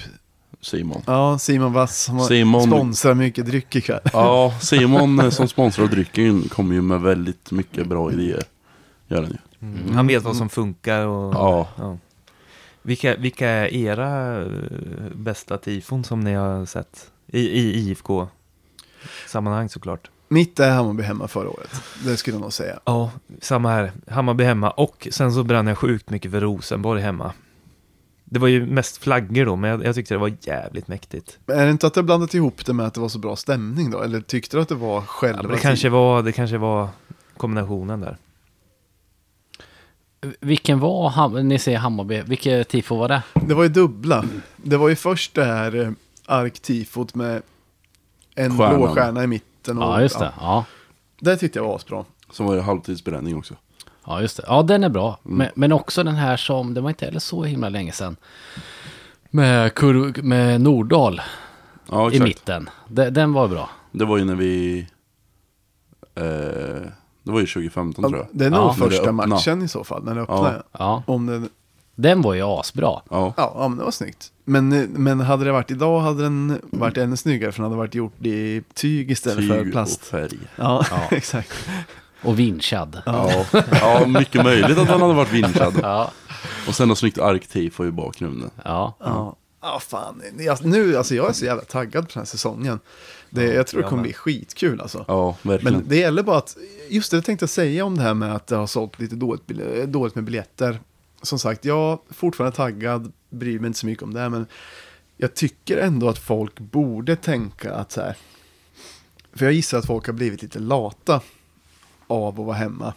Speaker 4: Simon.
Speaker 1: ja, Simon Vass som har-
Speaker 4: Simon-
Speaker 1: sponsrar mycket dryck ikväll.
Speaker 4: Ja, Simon eh, som sponsrar drycken kommer ju med väldigt mycket bra idéer. Gör han ju.
Speaker 2: Han vet vad som funkar och...
Speaker 4: Ja.
Speaker 2: Vilka, vilka är era eh, bästa tifon som ni har sett? I, i IFK-sammanhang såklart.
Speaker 1: Mitt är Hammarby hemma förra året, det skulle jag nog säga.
Speaker 2: Ja, samma här. Hammarby hemma och sen så brann jag sjukt mycket för Rosenborg hemma. Det var ju mest flaggor då, men jag, jag tyckte det var jävligt mäktigt.
Speaker 1: Är det inte att jag blandat ihop det med att det var så bra stämning då? Eller tyckte du att det var själva
Speaker 2: Ja, men det,
Speaker 1: tiden?
Speaker 2: kanske var, det kanske var kombinationen där.
Speaker 3: Vilken var, Ham- ni säger Hammarby, vilket tifo var det?
Speaker 1: typ- Det var ju dubbla. Det var ju först det här eh, arktifot med en
Speaker 4: Stjärnan.
Speaker 1: blå stjärna i mitten. Och,
Speaker 3: Ja, just det. Ja,
Speaker 1: det tyckte jag var asbra.
Speaker 4: Som var det halvtidsbränning också.
Speaker 3: ja just det. Ja, den är bra. Men, men också den här som, det var inte heller så himla länge sedan. Med, kurv, med Nordahl
Speaker 4: Ja,
Speaker 3: i
Speaker 4: exakt.
Speaker 3: mitten. De, den var bra.
Speaker 4: Det var ju när vi... Eh, det var ju 2015 tror jag.
Speaker 1: Det är nog
Speaker 3: Ja,
Speaker 4: när det
Speaker 1: första
Speaker 4: öppnar.
Speaker 1: matchen i så fall, när det öppnade.
Speaker 3: Ja,
Speaker 1: Om det,
Speaker 3: den var ju asbra.
Speaker 4: Ja.
Speaker 1: ja, ja, men det var snyggt. Men, eh, men hade det varit idag hade den varit ännu snyggare för den hade varit gjort i tyg istället för
Speaker 4: Tyg och
Speaker 1: plast.
Speaker 4: färg.
Speaker 1: Ja, exakt.
Speaker 3: Och vinschad.
Speaker 4: Ja. ja, mycket möjligt att han hade varit vinschad.
Speaker 3: Ja,
Speaker 4: Och sen något snyggt arktifo i bakgrunden.
Speaker 3: ja.
Speaker 1: Ja, ah, fan. Jag, nu, alltså, jag är så jävla taggad på den här säsongen. Det, jag tror det kommer bli skitkul alltså.
Speaker 4: Ja, verkligen.
Speaker 1: Men det gäller bara att, just det, det tänkte jag säga om det här med att det har sålt lite dåligt, bil- eh, dåligt med biljetter. Som sagt, jag är fortfarande taggad, bryr mig inte så mycket om det, här, men jag tycker ändå att folk borde tänka att så här, för jag gissar att folk har blivit lite lata av att vara hemma.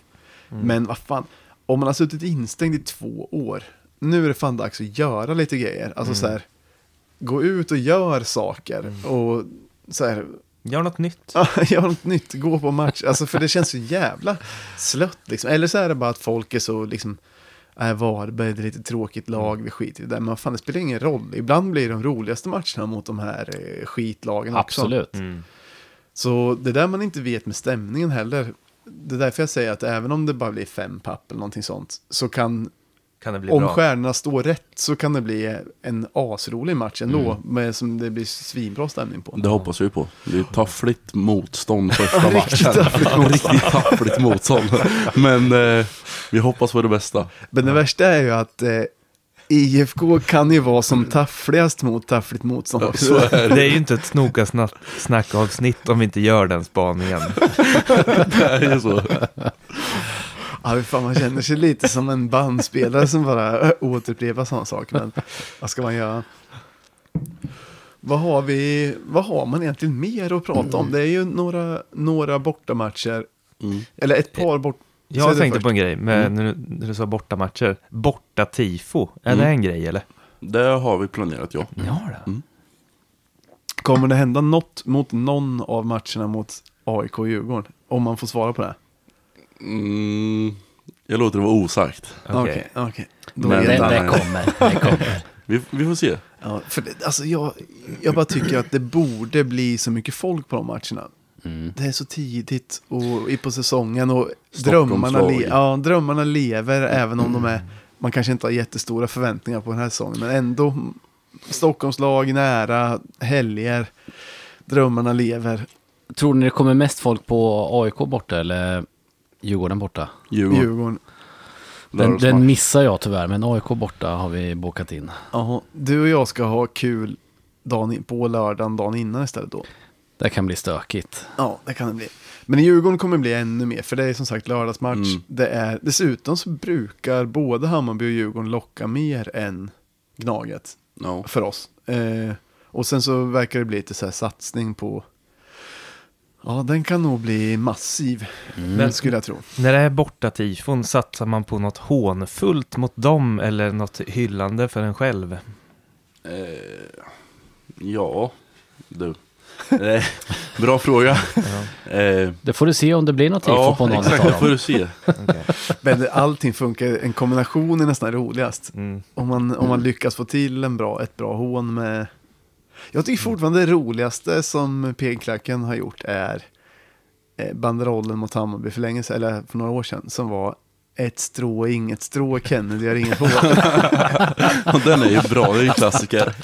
Speaker 1: Men vad fan, om man har suttit instängd i två år, nu är det fan dags att göra lite grejer. Alltså så här, gå ut och gör saker och så här,
Speaker 2: Gör något nytt.
Speaker 1: Ja, jag har något nytt, gå på match. Alltså, för det känns så jävla slött. Liksom. Eller så är det bara att folk är så, liksom, äh, Varberg, det är lite tråkigt
Speaker 2: Mm.
Speaker 1: lag, vi skiter i det där. Men fan, det spelar ingen roll. Ibland blir de roligaste matcherna mot de här eh, skitlagen också.
Speaker 3: absolut.
Speaker 1: Så det där man inte vet med stämningen heller. Det är därför jag säger att även om det bara blir fem papp eller någonting sånt, så kan,
Speaker 2: Kan det bli
Speaker 1: om
Speaker 2: bra?
Speaker 1: stjärnorna står rätt, så kan det bli en asrolig match ändå,
Speaker 2: Mm.
Speaker 1: med, som det blir svinbra stämning på.
Speaker 4: Det hoppas vi på. Det är taffligt motstånd första matchen. Riktigt taffligt motstånd. Men eh, vi hoppas på det bästa.
Speaker 1: Men det värsta är ju att eh, IFK kan ju vara som taffligast mot taffligt motstånd också.
Speaker 2: Det är ju inte ett snoka-snack-avsnitt om vi inte gör den spaningen.
Speaker 4: Det är så.
Speaker 1: Ja, men fan, man känner sig lite som en bandspelare som bara ö, återupprepar sådana saker. Men vad ska man göra? Vad har, vi, vad har man egentligen mer att prata
Speaker 2: Mm.
Speaker 1: om? Det är ju några, några bortamatcher. Eller ett par bort... Säg
Speaker 2: Eh, Jag
Speaker 1: det
Speaker 2: tänkte
Speaker 1: först. Mm.
Speaker 2: på en grej, men när du- när du sa bortamatcher. Borta-tifo, är
Speaker 1: Mm.
Speaker 2: det en grej eller?
Speaker 4: Det har vi planerat ja.
Speaker 2: Ja, det.
Speaker 1: Kommer det hända något mot någon av matcherna mot AIK och Djurgården? Om man får svara på det.
Speaker 4: Mm, jag låter det vara osagt.
Speaker 2: Okej.
Speaker 1: okej, okej. Då
Speaker 4: Men-
Speaker 1: är det-
Speaker 3: Den,
Speaker 4: annan.
Speaker 3: den kommer. Den kommer.
Speaker 4: Vi, vi får se.
Speaker 1: Ja, för det, alltså jag, jag bara tycker att det borde bli så mycket folk på de matcherna. Det är så tidigt och i på säsongen och
Speaker 4: Mm. Stockholms
Speaker 1: drömmarna, le,
Speaker 4: lag.
Speaker 1: ja, drömmarna lever även om de är, man kanske inte har jättestora förväntningar på den här säsongen, men ändå Stockholms lag nära, helger, drömmarna lever,
Speaker 3: Tror ni det kommer mest folk på AIK borta eller Djurgården borta?
Speaker 4: Djurgården.
Speaker 1: Djurgården.
Speaker 3: Den,
Speaker 4: Lördagsmatch.
Speaker 3: den missar jag tyvärr, men AIK borta har vi bokat in.
Speaker 1: Ja, du och jag ska ha kul dagen, in- på lördagen, dagen innan istället då.
Speaker 3: Det kan bli stökigt.
Speaker 1: Ja, det kan det bli. Men i Djurgården kommer det bli ännu mer, för det är som sagt lördagsmatch.
Speaker 4: Mm.
Speaker 1: Det är, dessutom så brukar både Hammarby och Djurgården locka mer än Gnaget
Speaker 4: Ja.
Speaker 1: för oss. Eh, och sen så verkar det bli lite så här satsning på... Ja, den kan nog bli massiv, den skulle jag tro.
Speaker 2: När det är borta-tifon, satsar man på något hånfullt mot dem eller något hyllande för en själv?
Speaker 1: Mm.
Speaker 4: Eh, ja, du. Eh, bra fråga. Eh,
Speaker 3: Det får du se om det blir något tifo
Speaker 4: ja,
Speaker 3: på någon
Speaker 4: exakt.
Speaker 3: av
Speaker 4: Det får
Speaker 3: dem.
Speaker 4: du se.
Speaker 1: Men allting funkar, en kombination är nästan roligast.
Speaker 2: Mm.
Speaker 1: Om man, om man lyckas få till en bra, ett bra hån med... Jag
Speaker 2: Mm.
Speaker 1: tycker fortfarande det roligaste som Pegklacken har gjort är eh, banderollen mot Hammarby för länge sedan, eller för några år sedan, som var ett strå, är inget strå, Kennedy har inget hår.
Speaker 4: Den är ju bra, det är ju en klassiker.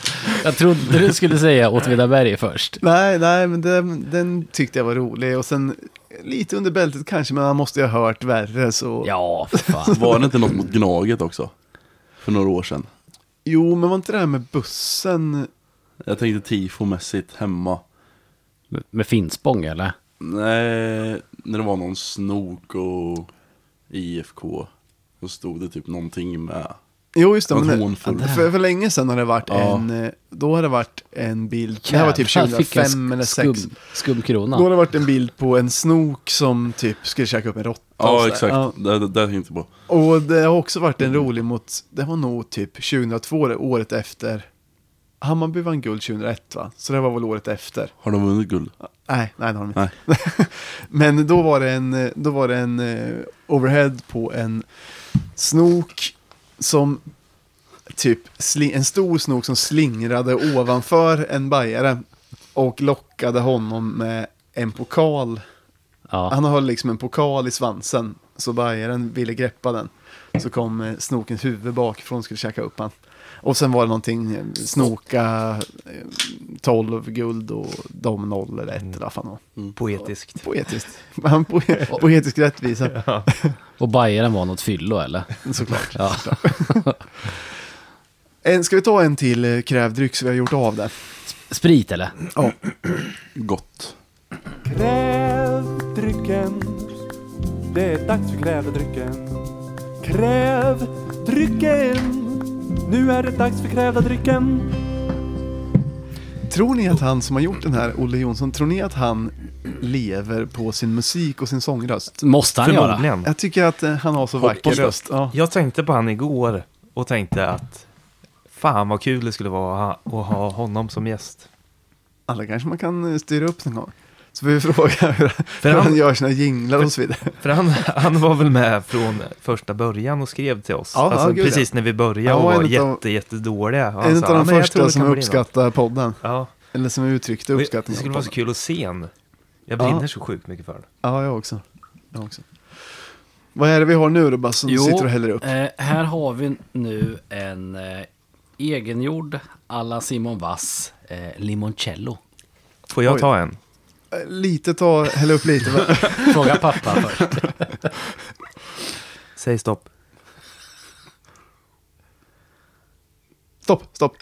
Speaker 3: Jag trodde du skulle säga Åtvidaberg först.
Speaker 1: nej, nej, men den, den tyckte jag var rolig. Och sen lite under bältet kanske, men han måste ju ha hört värre. Så...
Speaker 3: Ja, för fan.
Speaker 4: Var det inte något mot Gnaget också? För några år sedan.
Speaker 1: Jo, men var inte det här med bussen?
Speaker 4: Jag tänkte tifomässigt hemma.
Speaker 3: Med Finspång eller?
Speaker 4: Nej, när det var någon snok och IFK. Då stod det typ någonting med
Speaker 1: Jo, just det.
Speaker 4: Något
Speaker 1: Men det
Speaker 4: hånfullt.
Speaker 1: för, för länge sedan har det varit
Speaker 4: Ja.
Speaker 1: en... eh, Då har det varit en bild... Det här var typ
Speaker 3: Jävlar, fick jag
Speaker 1: 2005 eller 2006.
Speaker 3: Skum, skumkrona.
Speaker 1: Då har det varit en bild på en snok som typ skulle käka upp en råtta. och
Speaker 4: Ja,
Speaker 1: sådär.
Speaker 4: exakt.
Speaker 1: Ja.
Speaker 4: Det, det, det tänkte jag på.
Speaker 1: Och det har också varit en rolig mot, det var nog typ 2002, det året efter. Hammarby vann guld 2001 va? Så det var väl året efter.
Speaker 4: Har de vunnit guld?
Speaker 1: Nej, nej det har de inte. Men då var det en, då var det en eh, overhead på en snok som typ, sli- en stor snok som slingrade ovanför en bajare och lockade honom med en pokal
Speaker 3: ja.
Speaker 1: han har liksom en pokal i svansen, så bajaren ville greppa den. Så kom eh, snokens huvud bakifrån och skulle käka upp han. Och sen var det någonting, eh, snoka eh, 12 guld och dom 0 eller 1 eller vad fan det var.
Speaker 2: Poetiskt.
Speaker 1: Poetiskt. Han po poetisk rättvisa,
Speaker 3: Och Bajaren var något fyllo eller?
Speaker 1: såklart.
Speaker 3: Ja.
Speaker 1: En, ska vi ta en till eh, krävdryck så vi har gjort av det?
Speaker 3: Sprit eller?
Speaker 1: Ja.
Speaker 4: Gott.
Speaker 6: Kräv drycken. Det är dags för kräv drycken. Kräv drycken. Nu är det dags för krävda drycken.
Speaker 1: Tror ni att han som har gjort den här, Olle Jonsson, tror ni att han lever på sin musik och sin sångröst?
Speaker 3: Måste han göra?
Speaker 2: Förmodligen.
Speaker 1: Jag tycker att eh, han har så vacker
Speaker 4: Hoppas det.
Speaker 1: röst. Ja.
Speaker 2: Jag tänkte på han igår och tänkte att fan vad kul det skulle vara att ha- att ha honom som gäst.
Speaker 1: Alla kanske man kan eh, styra upp någon gång. Så vi frågar hur, hur
Speaker 2: han-
Speaker 1: han gör sina jinglar och så vidare.
Speaker 2: För han, han var väl med från första början och skrev till oss.
Speaker 1: Ja,
Speaker 2: alltså,
Speaker 1: ja, gud,
Speaker 2: precis när vi började
Speaker 1: Han
Speaker 2: och
Speaker 1: var
Speaker 2: var
Speaker 1: en utav-
Speaker 2: jätte, jättedåliga. Och han
Speaker 1: en
Speaker 2: sa,
Speaker 1: av
Speaker 2: "Ja,
Speaker 1: de
Speaker 2: men jag tror
Speaker 1: första
Speaker 2: det kan
Speaker 1: som
Speaker 2: bli något."
Speaker 1: uppskattar podden.
Speaker 2: Ja,
Speaker 1: Eller som uttryckte
Speaker 2: och jag-
Speaker 1: uppskattning.
Speaker 2: det skulle
Speaker 1: av
Speaker 2: vara så
Speaker 1: podden.
Speaker 2: kul att se en. Jag
Speaker 1: Ja.
Speaker 2: brinner så sjukt mycket för den.
Speaker 1: Ja, jag också. jag också. Vad är det vi har nu då, bara som du
Speaker 3: Jo,
Speaker 1: sitter och häller upp?
Speaker 3: Eh, här har vi nu en eh, egengjord alla Simon Vass eh, limoncello.
Speaker 2: Får jag
Speaker 1: Oj.
Speaker 2: ta en?
Speaker 1: Eh, Lite ta, häll upp lite. va?
Speaker 3: Fråga pappa först.
Speaker 2: Säg stopp.
Speaker 1: stopp, stopp.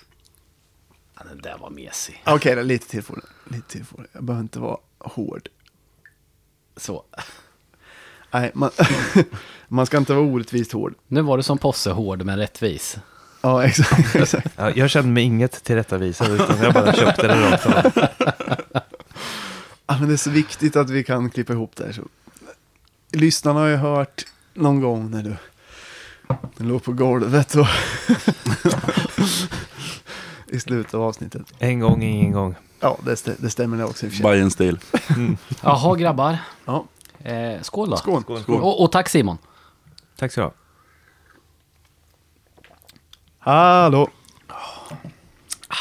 Speaker 3: Ja, den där var mesig.
Speaker 1: Okej, då, lite till får du. Lite till får du. Jag behöver inte vara hård.
Speaker 3: Så.
Speaker 1: Nej, man, man ska inte vara orättvist hård.
Speaker 3: Nu var du som Posse, hård men rättvis.
Speaker 1: Ja, exakt. exakt.
Speaker 2: Ja, jag kände mig inget tillrättavisad utan jag bara köpte den rakt av.
Speaker 1: Ja, men det är så viktigt att vi kan klippa ihop det här. Så. Lyssnarna har ju hört någon gång när du den låg på golvet och i slutet av avsnittet.
Speaker 2: En gång, ingen gång.
Speaker 1: Ja, det, stä- det stämmer det också i och för sig.
Speaker 4: Bayern stil.
Speaker 3: Jaha grabbar,
Speaker 1: Ja,
Speaker 3: eh, skål då.
Speaker 1: skål.
Speaker 3: Och, och tack Simon.
Speaker 2: Tack ska du ha.
Speaker 1: Hallå.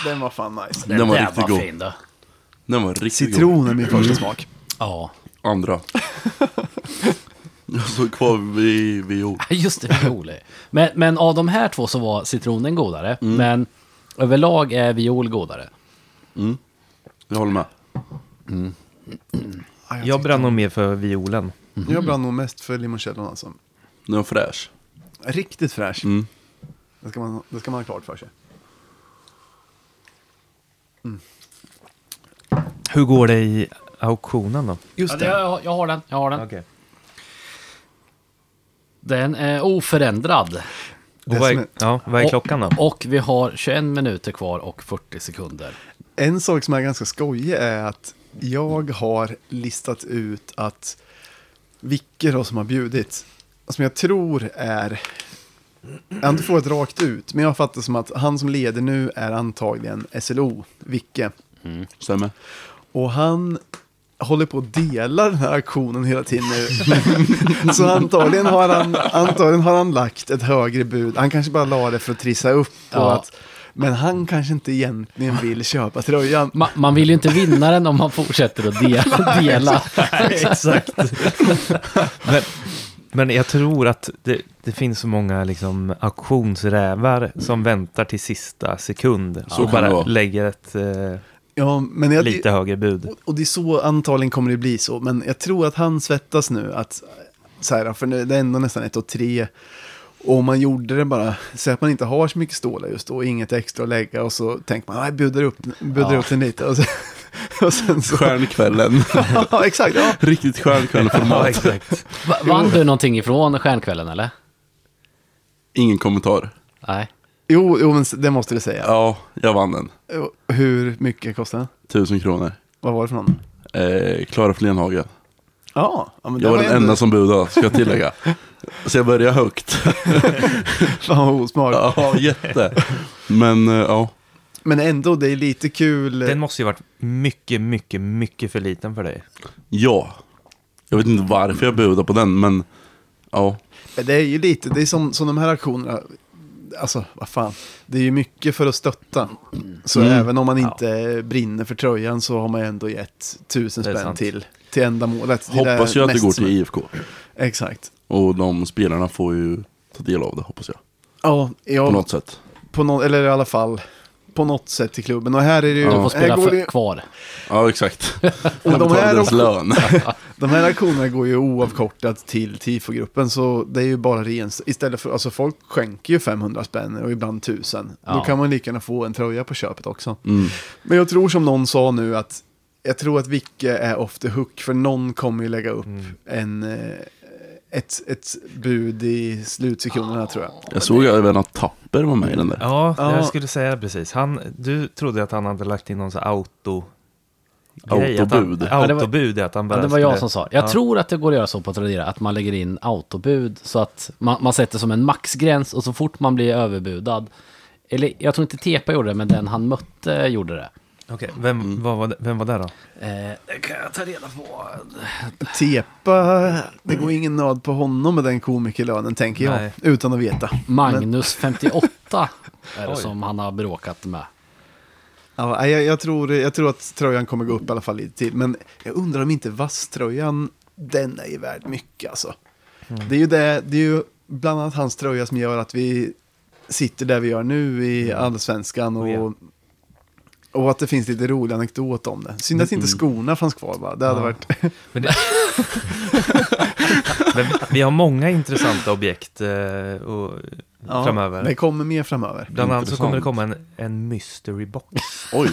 Speaker 1: Den var fan nice.
Speaker 4: Den var Mm.
Speaker 3: där
Speaker 4: riktigt god.
Speaker 3: fin då.
Speaker 4: Den var riktigt god.
Speaker 1: Citron är min första smak.
Speaker 3: Ja,
Speaker 4: Andra. Jag stod kvar vid, vid jord.
Speaker 3: just det, viol. är- Men, men av de här två så var citronen godare.
Speaker 4: Mm.
Speaker 3: Men överlag är viol godare.
Speaker 4: Jag håller med.
Speaker 1: Ja, jag,
Speaker 2: Jag
Speaker 1: jag,
Speaker 2: brann nog mer för violen.
Speaker 1: jag brann nog mest för limoncellon alltså.
Speaker 4: Den var fräsch.
Speaker 1: Riktigt fräsch.
Speaker 4: Mm.
Speaker 1: Det, ska man, det ska man ha klart för sig.
Speaker 2: Hur går det i auktionen då?
Speaker 1: Just
Speaker 3: Ja,
Speaker 1: det.
Speaker 3: det, jag, jag har den, jag har den.
Speaker 2: Okej.
Speaker 3: Den är oförändrad.
Speaker 2: Och vad är, ja, vad är klockan då?
Speaker 3: Och, och vi har 21 minuter kvar och 40 sekunder.
Speaker 1: En sak som är ganska skojig är att jag har listat ut att vilka då som har bjudit, som jag tror är, jag har inte frågat rakt ut, men jag fattar som att han som leder nu är antagligen SLO, Vicke.
Speaker 4: Stämmer.
Speaker 1: Och han håller på att dela den här aktionen hela tiden nu. Så antagligen har, han, antagligen har han lagt ett högre bud. Han kanske bara la det för att trissa upp. Och
Speaker 3: Ja.
Speaker 1: att, men han kanske inte egentligen vill köpa tröjan.
Speaker 3: Ma, man vill ju inte vinna den om man fortsätter att dela. dela.
Speaker 2: Exakt. men, men jag tror att det, det finns så många liksom, auktionsrävar som väntar till sista sekund
Speaker 4: Så
Speaker 2: och
Speaker 4: kan det
Speaker 2: bara
Speaker 4: vara.
Speaker 2: lägger ett eh,
Speaker 1: Ja, men jag,
Speaker 2: lite högre bud.
Speaker 1: Och det är så antagligen kommer det bli så. Men jag tror att han svettas nu. Att, så här, för nu- det är ändå nästan ett och tre. Och om man gjorde det bara, så att man inte har så mycket stålar just då, och inget extra att lägga och så tänker man, nej, bjuder upp, bjuder
Speaker 3: Ja.
Speaker 1: upp den lite. Och sen, och sen så...
Speaker 4: Stjärnkvällen.
Speaker 1: ja, exakt. Ja.
Speaker 4: Riktigt
Speaker 2: Ja,
Speaker 4: stjärnkvällenformat.
Speaker 2: exakt.
Speaker 3: Va- Vann du någonting ifrån stjärnkvällen eller?
Speaker 4: Ingen kommentar.
Speaker 3: Nej.
Speaker 1: Jo, jo men s- det måste vi säga.
Speaker 4: Ja, jag vann den.
Speaker 1: Hur mycket kostade den?
Speaker 4: Tusen kronor.
Speaker 1: Vad var det för någon?
Speaker 4: Eh, Klara Flenhagen.
Speaker 1: Ja, ja men det
Speaker 4: Jag var
Speaker 1: var
Speaker 4: den
Speaker 1: ändå-
Speaker 4: enda som budade, ska jag tillägga. Så jag började högt.
Speaker 1: Fan vad osmart.
Speaker 4: Ja, jätte. Men eh, ja,
Speaker 1: Men ändå, det är lite kul.
Speaker 2: Den måste ju varit mycket, mycket, mycket för liten för dig.
Speaker 4: ja. Jag vet inte varför jag budade på den, men ja.
Speaker 1: Det är ju lite, det är som, som de här aktionerna. Alltså, vad fan. Det är ju mycket för att stötta. Så
Speaker 4: Mm.
Speaker 1: även om man inte brinner för tröjan så har man ju ändå gett tusen
Speaker 2: Det är
Speaker 1: spänn
Speaker 2: sant.
Speaker 1: till, till ändamålet. Till
Speaker 4: Hoppas ju att det
Speaker 1: mest
Speaker 4: går
Speaker 1: som-
Speaker 4: till IFK.
Speaker 1: Exakt.
Speaker 4: Och de spelarna får ju ta del av det, hoppas jag.
Speaker 1: Ja, ja
Speaker 4: På något sätt.
Speaker 1: på nå- eller i alla fall på något sätt till klubben. Och här är det ju...
Speaker 4: Ja.
Speaker 3: De får
Speaker 1: här
Speaker 3: spela
Speaker 1: går det ju
Speaker 3: för, kvar.
Speaker 4: Ja, exakt.
Speaker 1: och de,
Speaker 4: Betala
Speaker 1: här,
Speaker 4: deras lön.
Speaker 1: de här aktionerna går ju oavkortat till TIFO-gruppen, så det är ju bara ren... Istället för, alltså folk skänker ju 500 spänn och ibland 1000. Då
Speaker 3: Ja.
Speaker 1: kan man lika gärna få en tröja på köpet också.
Speaker 4: Mm.
Speaker 1: Men jag tror som någon sa nu att jag tror att Vicke är off the hook för någon kommer ju lägga upp en, eh, ett, ett bud i slutsekunderna tror jag.
Speaker 4: Jag såg även att Tapper var med i den där.
Speaker 2: Ja,
Speaker 1: Ja.
Speaker 2: jag skulle säga det precis. Han, du trodde att han hade lagt in någon sån här auto... grej, att
Speaker 4: Autobud.
Speaker 2: Han,
Speaker 3: Ja, det var-
Speaker 2: autobud, är att han bara
Speaker 3: Ja, det var jag
Speaker 2: skulle-
Speaker 3: som sa. Jag
Speaker 2: Ja.
Speaker 3: tror att det går att göra så på Tradera, att man lägger in autobud så att man, man sätter som en maxgräns och så fort man blir överbudad. Eller jag tror inte Tepa gjorde det, men den han mötte gjorde det.
Speaker 2: Okej, vem, vad var det- vem var det då?
Speaker 3: Eh, det kan jag ta reda på.
Speaker 1: Tepa, det går ingen nöd på honom med den komikerlönen tänker jag.
Speaker 2: Nej.
Speaker 1: Utan att veta.
Speaker 3: Magnus 58 är det
Speaker 2: Oj.
Speaker 3: som han har bråkat med.
Speaker 1: Ja, nej, jag, jag, tror, jag tror att tröjan kommer gå upp i alla fall lite till. Men jag undrar om inte vasströjan, den är ju värd mycket alltså.
Speaker 2: Mm.
Speaker 1: Det, är ju det, det är ju bland annat hans tröja som gör att vi sitter där vi gör nu i allsvenskan. Och,
Speaker 2: Oh, ja.
Speaker 1: och att det finns lite rolig anekdot om det. Synd
Speaker 2: Mm.
Speaker 1: att inte skorna fanns kvar bara. Det hade varit...
Speaker 2: Men det... Men vi har många intressanta objekt eh, och,
Speaker 1: Ja,
Speaker 2: framöver.
Speaker 1: Det kommer mer framöver.
Speaker 2: Bland annat så
Speaker 4: Intressant.
Speaker 2: kommer det komma en, en mystery box.
Speaker 4: Oj.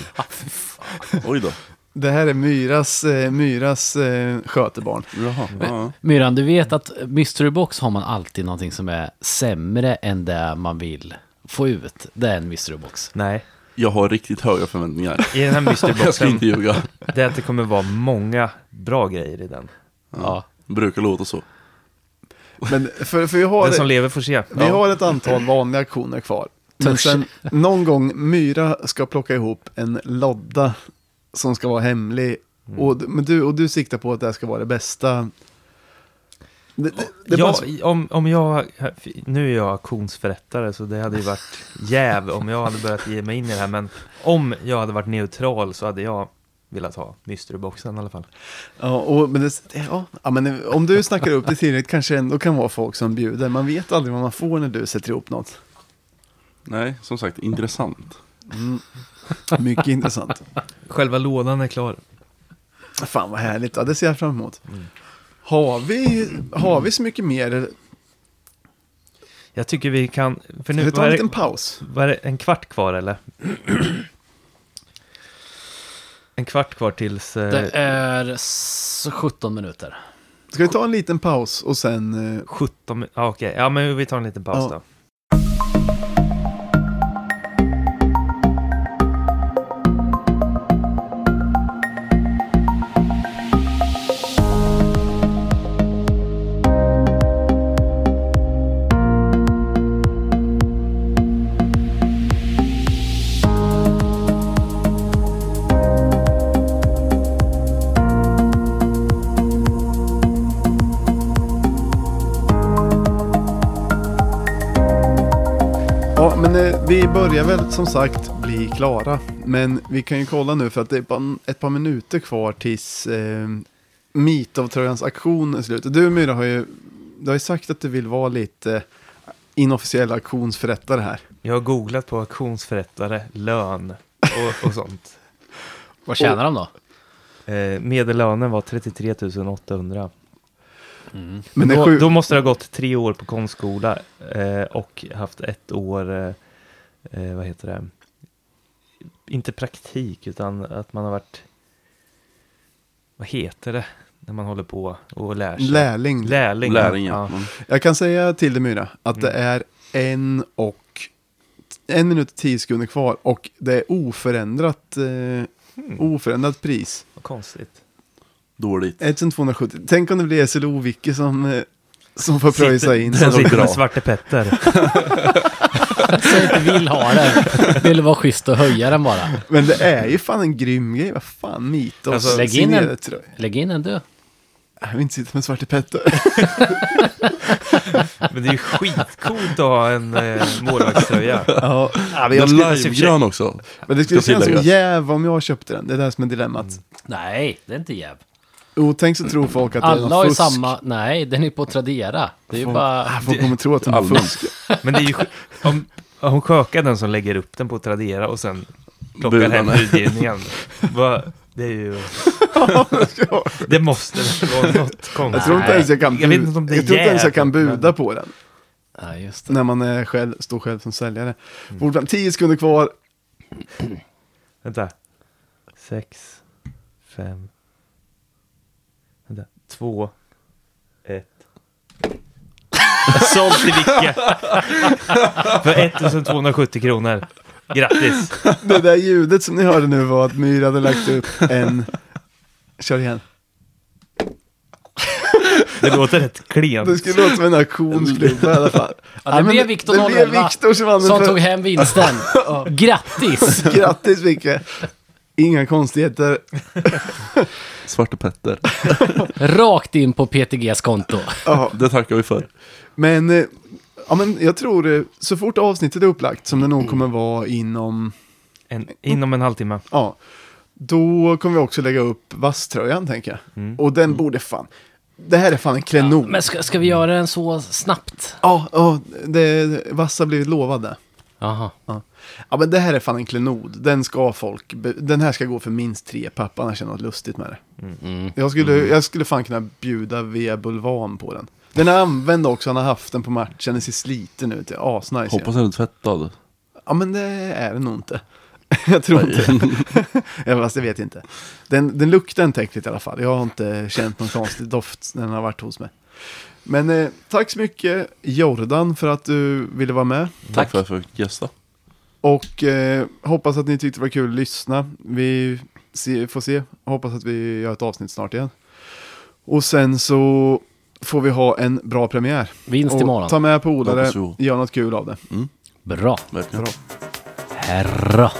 Speaker 4: Oj då.
Speaker 1: Det här är Myras, eh, Myras eh, skötebarn.
Speaker 4: Jaha. Ja.
Speaker 3: Myran, du vet att Mystery Box har man alltid någonting som är sämre än det man vill få ut. Det är en Mystery Box.
Speaker 2: Nej,
Speaker 4: Jag har riktigt höga förväntningar.
Speaker 2: i den här mystery
Speaker 4: Jag ska
Speaker 2: boxen,
Speaker 4: inte ljuga.
Speaker 2: det är att det kommer vara många bra grejer i den.
Speaker 3: Ja.
Speaker 4: Brukar låta så.
Speaker 1: Men för, för vi har...
Speaker 2: Den som lever får se.
Speaker 1: Vi har ett antal vanliga aktioner kvar. Men
Speaker 3: Törs.
Speaker 1: sen någon gång Myra ska plocka ihop en lodda som ska vara hemlig.
Speaker 2: Mm.
Speaker 1: Och, men du, och du siktar på att det här ska vara det bästa. Det, det, det
Speaker 2: ja,
Speaker 1: bara,
Speaker 2: om, om jag, nu är jag auktionsförrättare så det hade ju varit jäv om jag hade börjat ge mig in i det här. Men om jag hade varit neutral så hade jag velat ha mysteryboxen i alla fall.
Speaker 1: ja, och, men det, ja, ja, men om du snackar upp det tillräckligt kanske det ändå kan vara folk som bjuder. Man vet aldrig vad man får när du sätter ihop något.
Speaker 4: Nej, som sagt, intressant.
Speaker 1: Mycket intressant.
Speaker 2: Själva lådan är klar.
Speaker 1: Fan vad härligt, ja, det ser jag fram emot.
Speaker 2: Mm.
Speaker 1: Har vi, har vi så mycket mer?
Speaker 2: Jag tycker vi kan... För
Speaker 1: Ska
Speaker 2: nu,
Speaker 1: vi ta
Speaker 2: var
Speaker 1: en
Speaker 2: det,
Speaker 1: liten paus?
Speaker 2: var det en kvart kvar eller? En kvart kvar tills... eh,
Speaker 3: Det är s- 17 minuter.
Speaker 1: Ska vi ta en liten paus och sen... eh,
Speaker 2: 17... min- Ja, ah, okej. Ja, men vi tar en liten paus
Speaker 1: Ja.
Speaker 2: då.
Speaker 1: Ja, men eh, vi börjar väl som sagt bli klara. Men vi kan ju kolla nu för att det är bara en- ett par minuter kvar tills eh, Meet of Trojans aktion är slut. Och Du Myra har ju, du har ju sagt att du vill vara lite eh, inofficiell auktionsförrättare här.
Speaker 2: Jag har googlat på auktionsförrättare, lön och, och sånt.
Speaker 3: Vad tjänar de då?
Speaker 2: Eh, medellönen var 33 800.
Speaker 1: Men det är
Speaker 2: Då,
Speaker 1: sju...
Speaker 2: då måste det ha gått tre år på konstskola eh, och haft ett år, eh, eh, vad heter det, inte praktik utan att man har varit, vad heter det, när man håller på och lär sig?
Speaker 1: lärling.
Speaker 2: Lärling.
Speaker 4: Lärling,
Speaker 2: ja.
Speaker 4: ja. Mm.
Speaker 2: Mm.
Speaker 1: Jag kan säga till dig Myra att det är en och en minut och tio sekunder kvar och det är oförändrat, eh,
Speaker 2: Mm.
Speaker 1: oförändrat pris.
Speaker 2: Vad konstigt.
Speaker 4: Dåligt.
Speaker 1: 1270. Tänk om det blir SLO Vicky som, eh, som får pröjsa in.
Speaker 2: Som sitter
Speaker 4: bra.
Speaker 2: med Svarte Petter.
Speaker 3: Så jag inte vill ha den. Vill vara schysst och höja den bara.
Speaker 1: Men det är ju fan en grym grej. Vad fan, Mitos.
Speaker 2: Alltså,
Speaker 3: lägg in
Speaker 1: signerade
Speaker 3: en-
Speaker 1: tröja.
Speaker 3: Lägg in en du.
Speaker 1: Jag vill inte sitta med Svarte Petter.
Speaker 2: Men det är ju skitcoolt att ha en eh, målvaktströja.
Speaker 1: ja.
Speaker 4: Den
Speaker 2: skulle- jag skulle-
Speaker 4: livegrön också.
Speaker 1: Men det skulle
Speaker 4: Ska
Speaker 1: kännas som
Speaker 4: tilläggas.
Speaker 1: jäv om jag köpte den. Det är det här som är dilemmat.
Speaker 3: Nej, det är inte jäv.
Speaker 1: Jo, tänk så tror folk att det är
Speaker 3: Alla
Speaker 1: någon
Speaker 3: har ju
Speaker 1: fusk.
Speaker 3: samma. Nej, den är på Tradera. Det är ju bara...
Speaker 1: Ah, folk kommer tro att det är
Speaker 4: Alla.
Speaker 1: fusk.
Speaker 2: Men det är ju sk- om, om Sjöka är den som lägger upp den på Tradera och sen plockar
Speaker 4: Bulan
Speaker 2: hem
Speaker 4: är-
Speaker 2: budgivningen. Va? Det är ju... det måste väl vara något
Speaker 1: Jag
Speaker 2: konstigt.
Speaker 1: tror inte
Speaker 3: Nej.
Speaker 1: ens jag kan,
Speaker 2: Jag vet inte om
Speaker 1: bu-
Speaker 2: det är
Speaker 1: jag tror inte ens jag kan
Speaker 2: jävligt, men-
Speaker 1: buda på den.
Speaker 3: Nej, just det.
Speaker 1: När man är själv, står själv som säljare. Fortfarande 10 sekunder kvar.
Speaker 2: Vänta. Sex. Fem. Vänta. Två. Ett. Sålt till Vicke! För 1270 kronor. Grattis!
Speaker 1: Det där ljudet som ni hörde nu var att Myr hade lagt upp en... Kör igen.
Speaker 2: Det låter rätt klent.
Speaker 1: Det skulle låta som en auktionsklubba i alla fall.
Speaker 3: Ja,
Speaker 1: Nej,
Speaker 3: det
Speaker 1: men
Speaker 3: blev Viktor
Speaker 1: Det blev
Speaker 3: 011
Speaker 1: Viktor som vann
Speaker 3: som
Speaker 1: den
Speaker 3: tog
Speaker 1: för...
Speaker 3: hem vinsten. Grattis!
Speaker 1: Grattis Vicke! Inga konstigheter.
Speaker 4: Svarte Petter.
Speaker 3: Rakt in på PTGs konto.
Speaker 1: Ja.
Speaker 4: Det tackar vi för.
Speaker 1: Men, eh, ja, men jag tror eh, så fort avsnittet är upplagt, som det nog kommer vara inom,
Speaker 2: En, inom en halvtimme.
Speaker 1: ja, då kommer vi också lägga upp vasströjan tänker jag. Och den borde fan, det här är fan en klenod. Ja,
Speaker 3: Men ska, ska vi göra den så snabbt?
Speaker 1: ja, det, Vass har blivit lovade.
Speaker 3: Jaha.
Speaker 1: Ja. ja, men det här är fan en klenod. Den ska folk, be- den här ska gå för minst tre papp, annars är det något lustigt med det. Jag, skulle, jag skulle fan kunna bjuda via Bulvan på den. Den är använd också, han har haft den på matchen, den ser sliten ut, det är asnice.
Speaker 4: Hoppas den är tvättad.
Speaker 1: Ja, men det är det nog inte. Jag tror inte det. Fast jag vet inte. Den, den luktar inte äckligt i alla fall. Jag har inte känt någon konstig doft när den har varit hos mig. Men eh, tack så mycket Jordan för att du ville vara med.
Speaker 4: Tack för att jag fick gästa.
Speaker 1: Och eh, hoppas att ni tyckte det var kul att lyssna. Vi se, får se. Hoppas att vi gör ett avsnitt snart igen. Och sen så får vi ha en bra premiär.
Speaker 3: Vinst
Speaker 1: Och
Speaker 3: imorgon.
Speaker 1: ta med polare,
Speaker 4: Hoppas vi.
Speaker 1: gör något kul av det.
Speaker 3: Bra.
Speaker 4: Verkligen.
Speaker 3: Herra.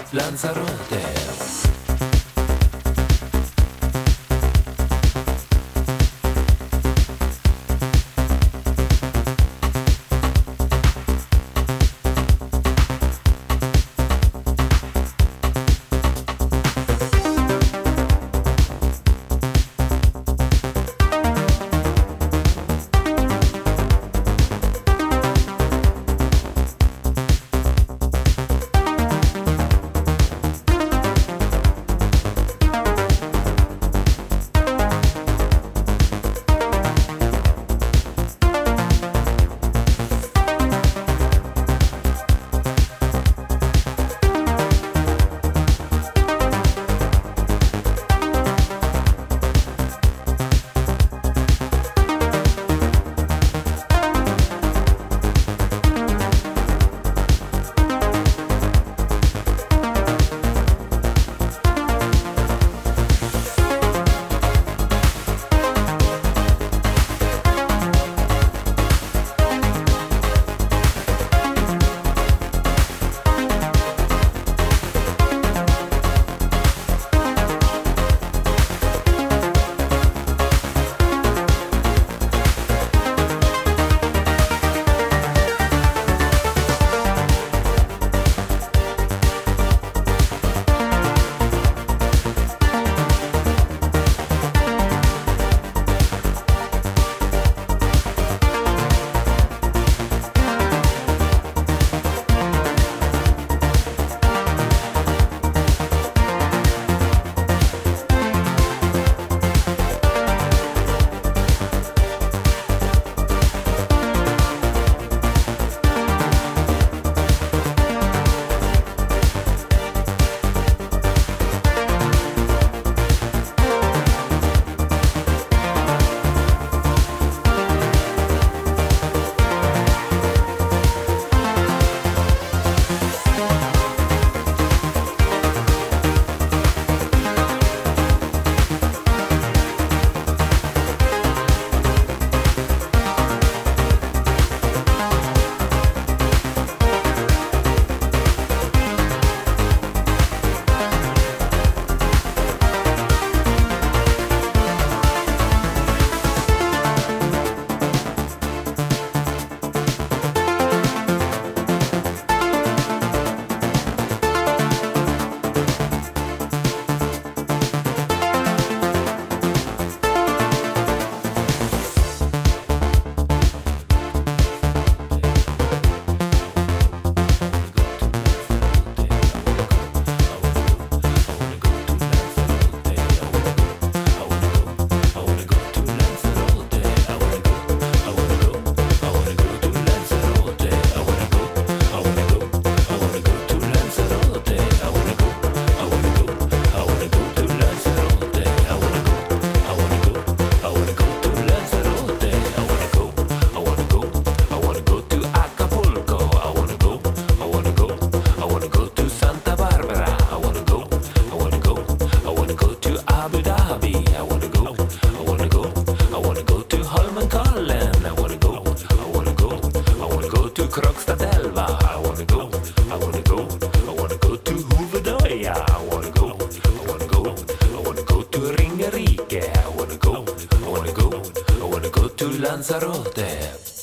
Speaker 3: Krokstadelva. I wanna go, I wanna go, I wanna go to Huvudøya. I wanna go, I wanna go, I wanna go to Ringerike. I wanna go, I wanna go, I wanna go to Lanzarote.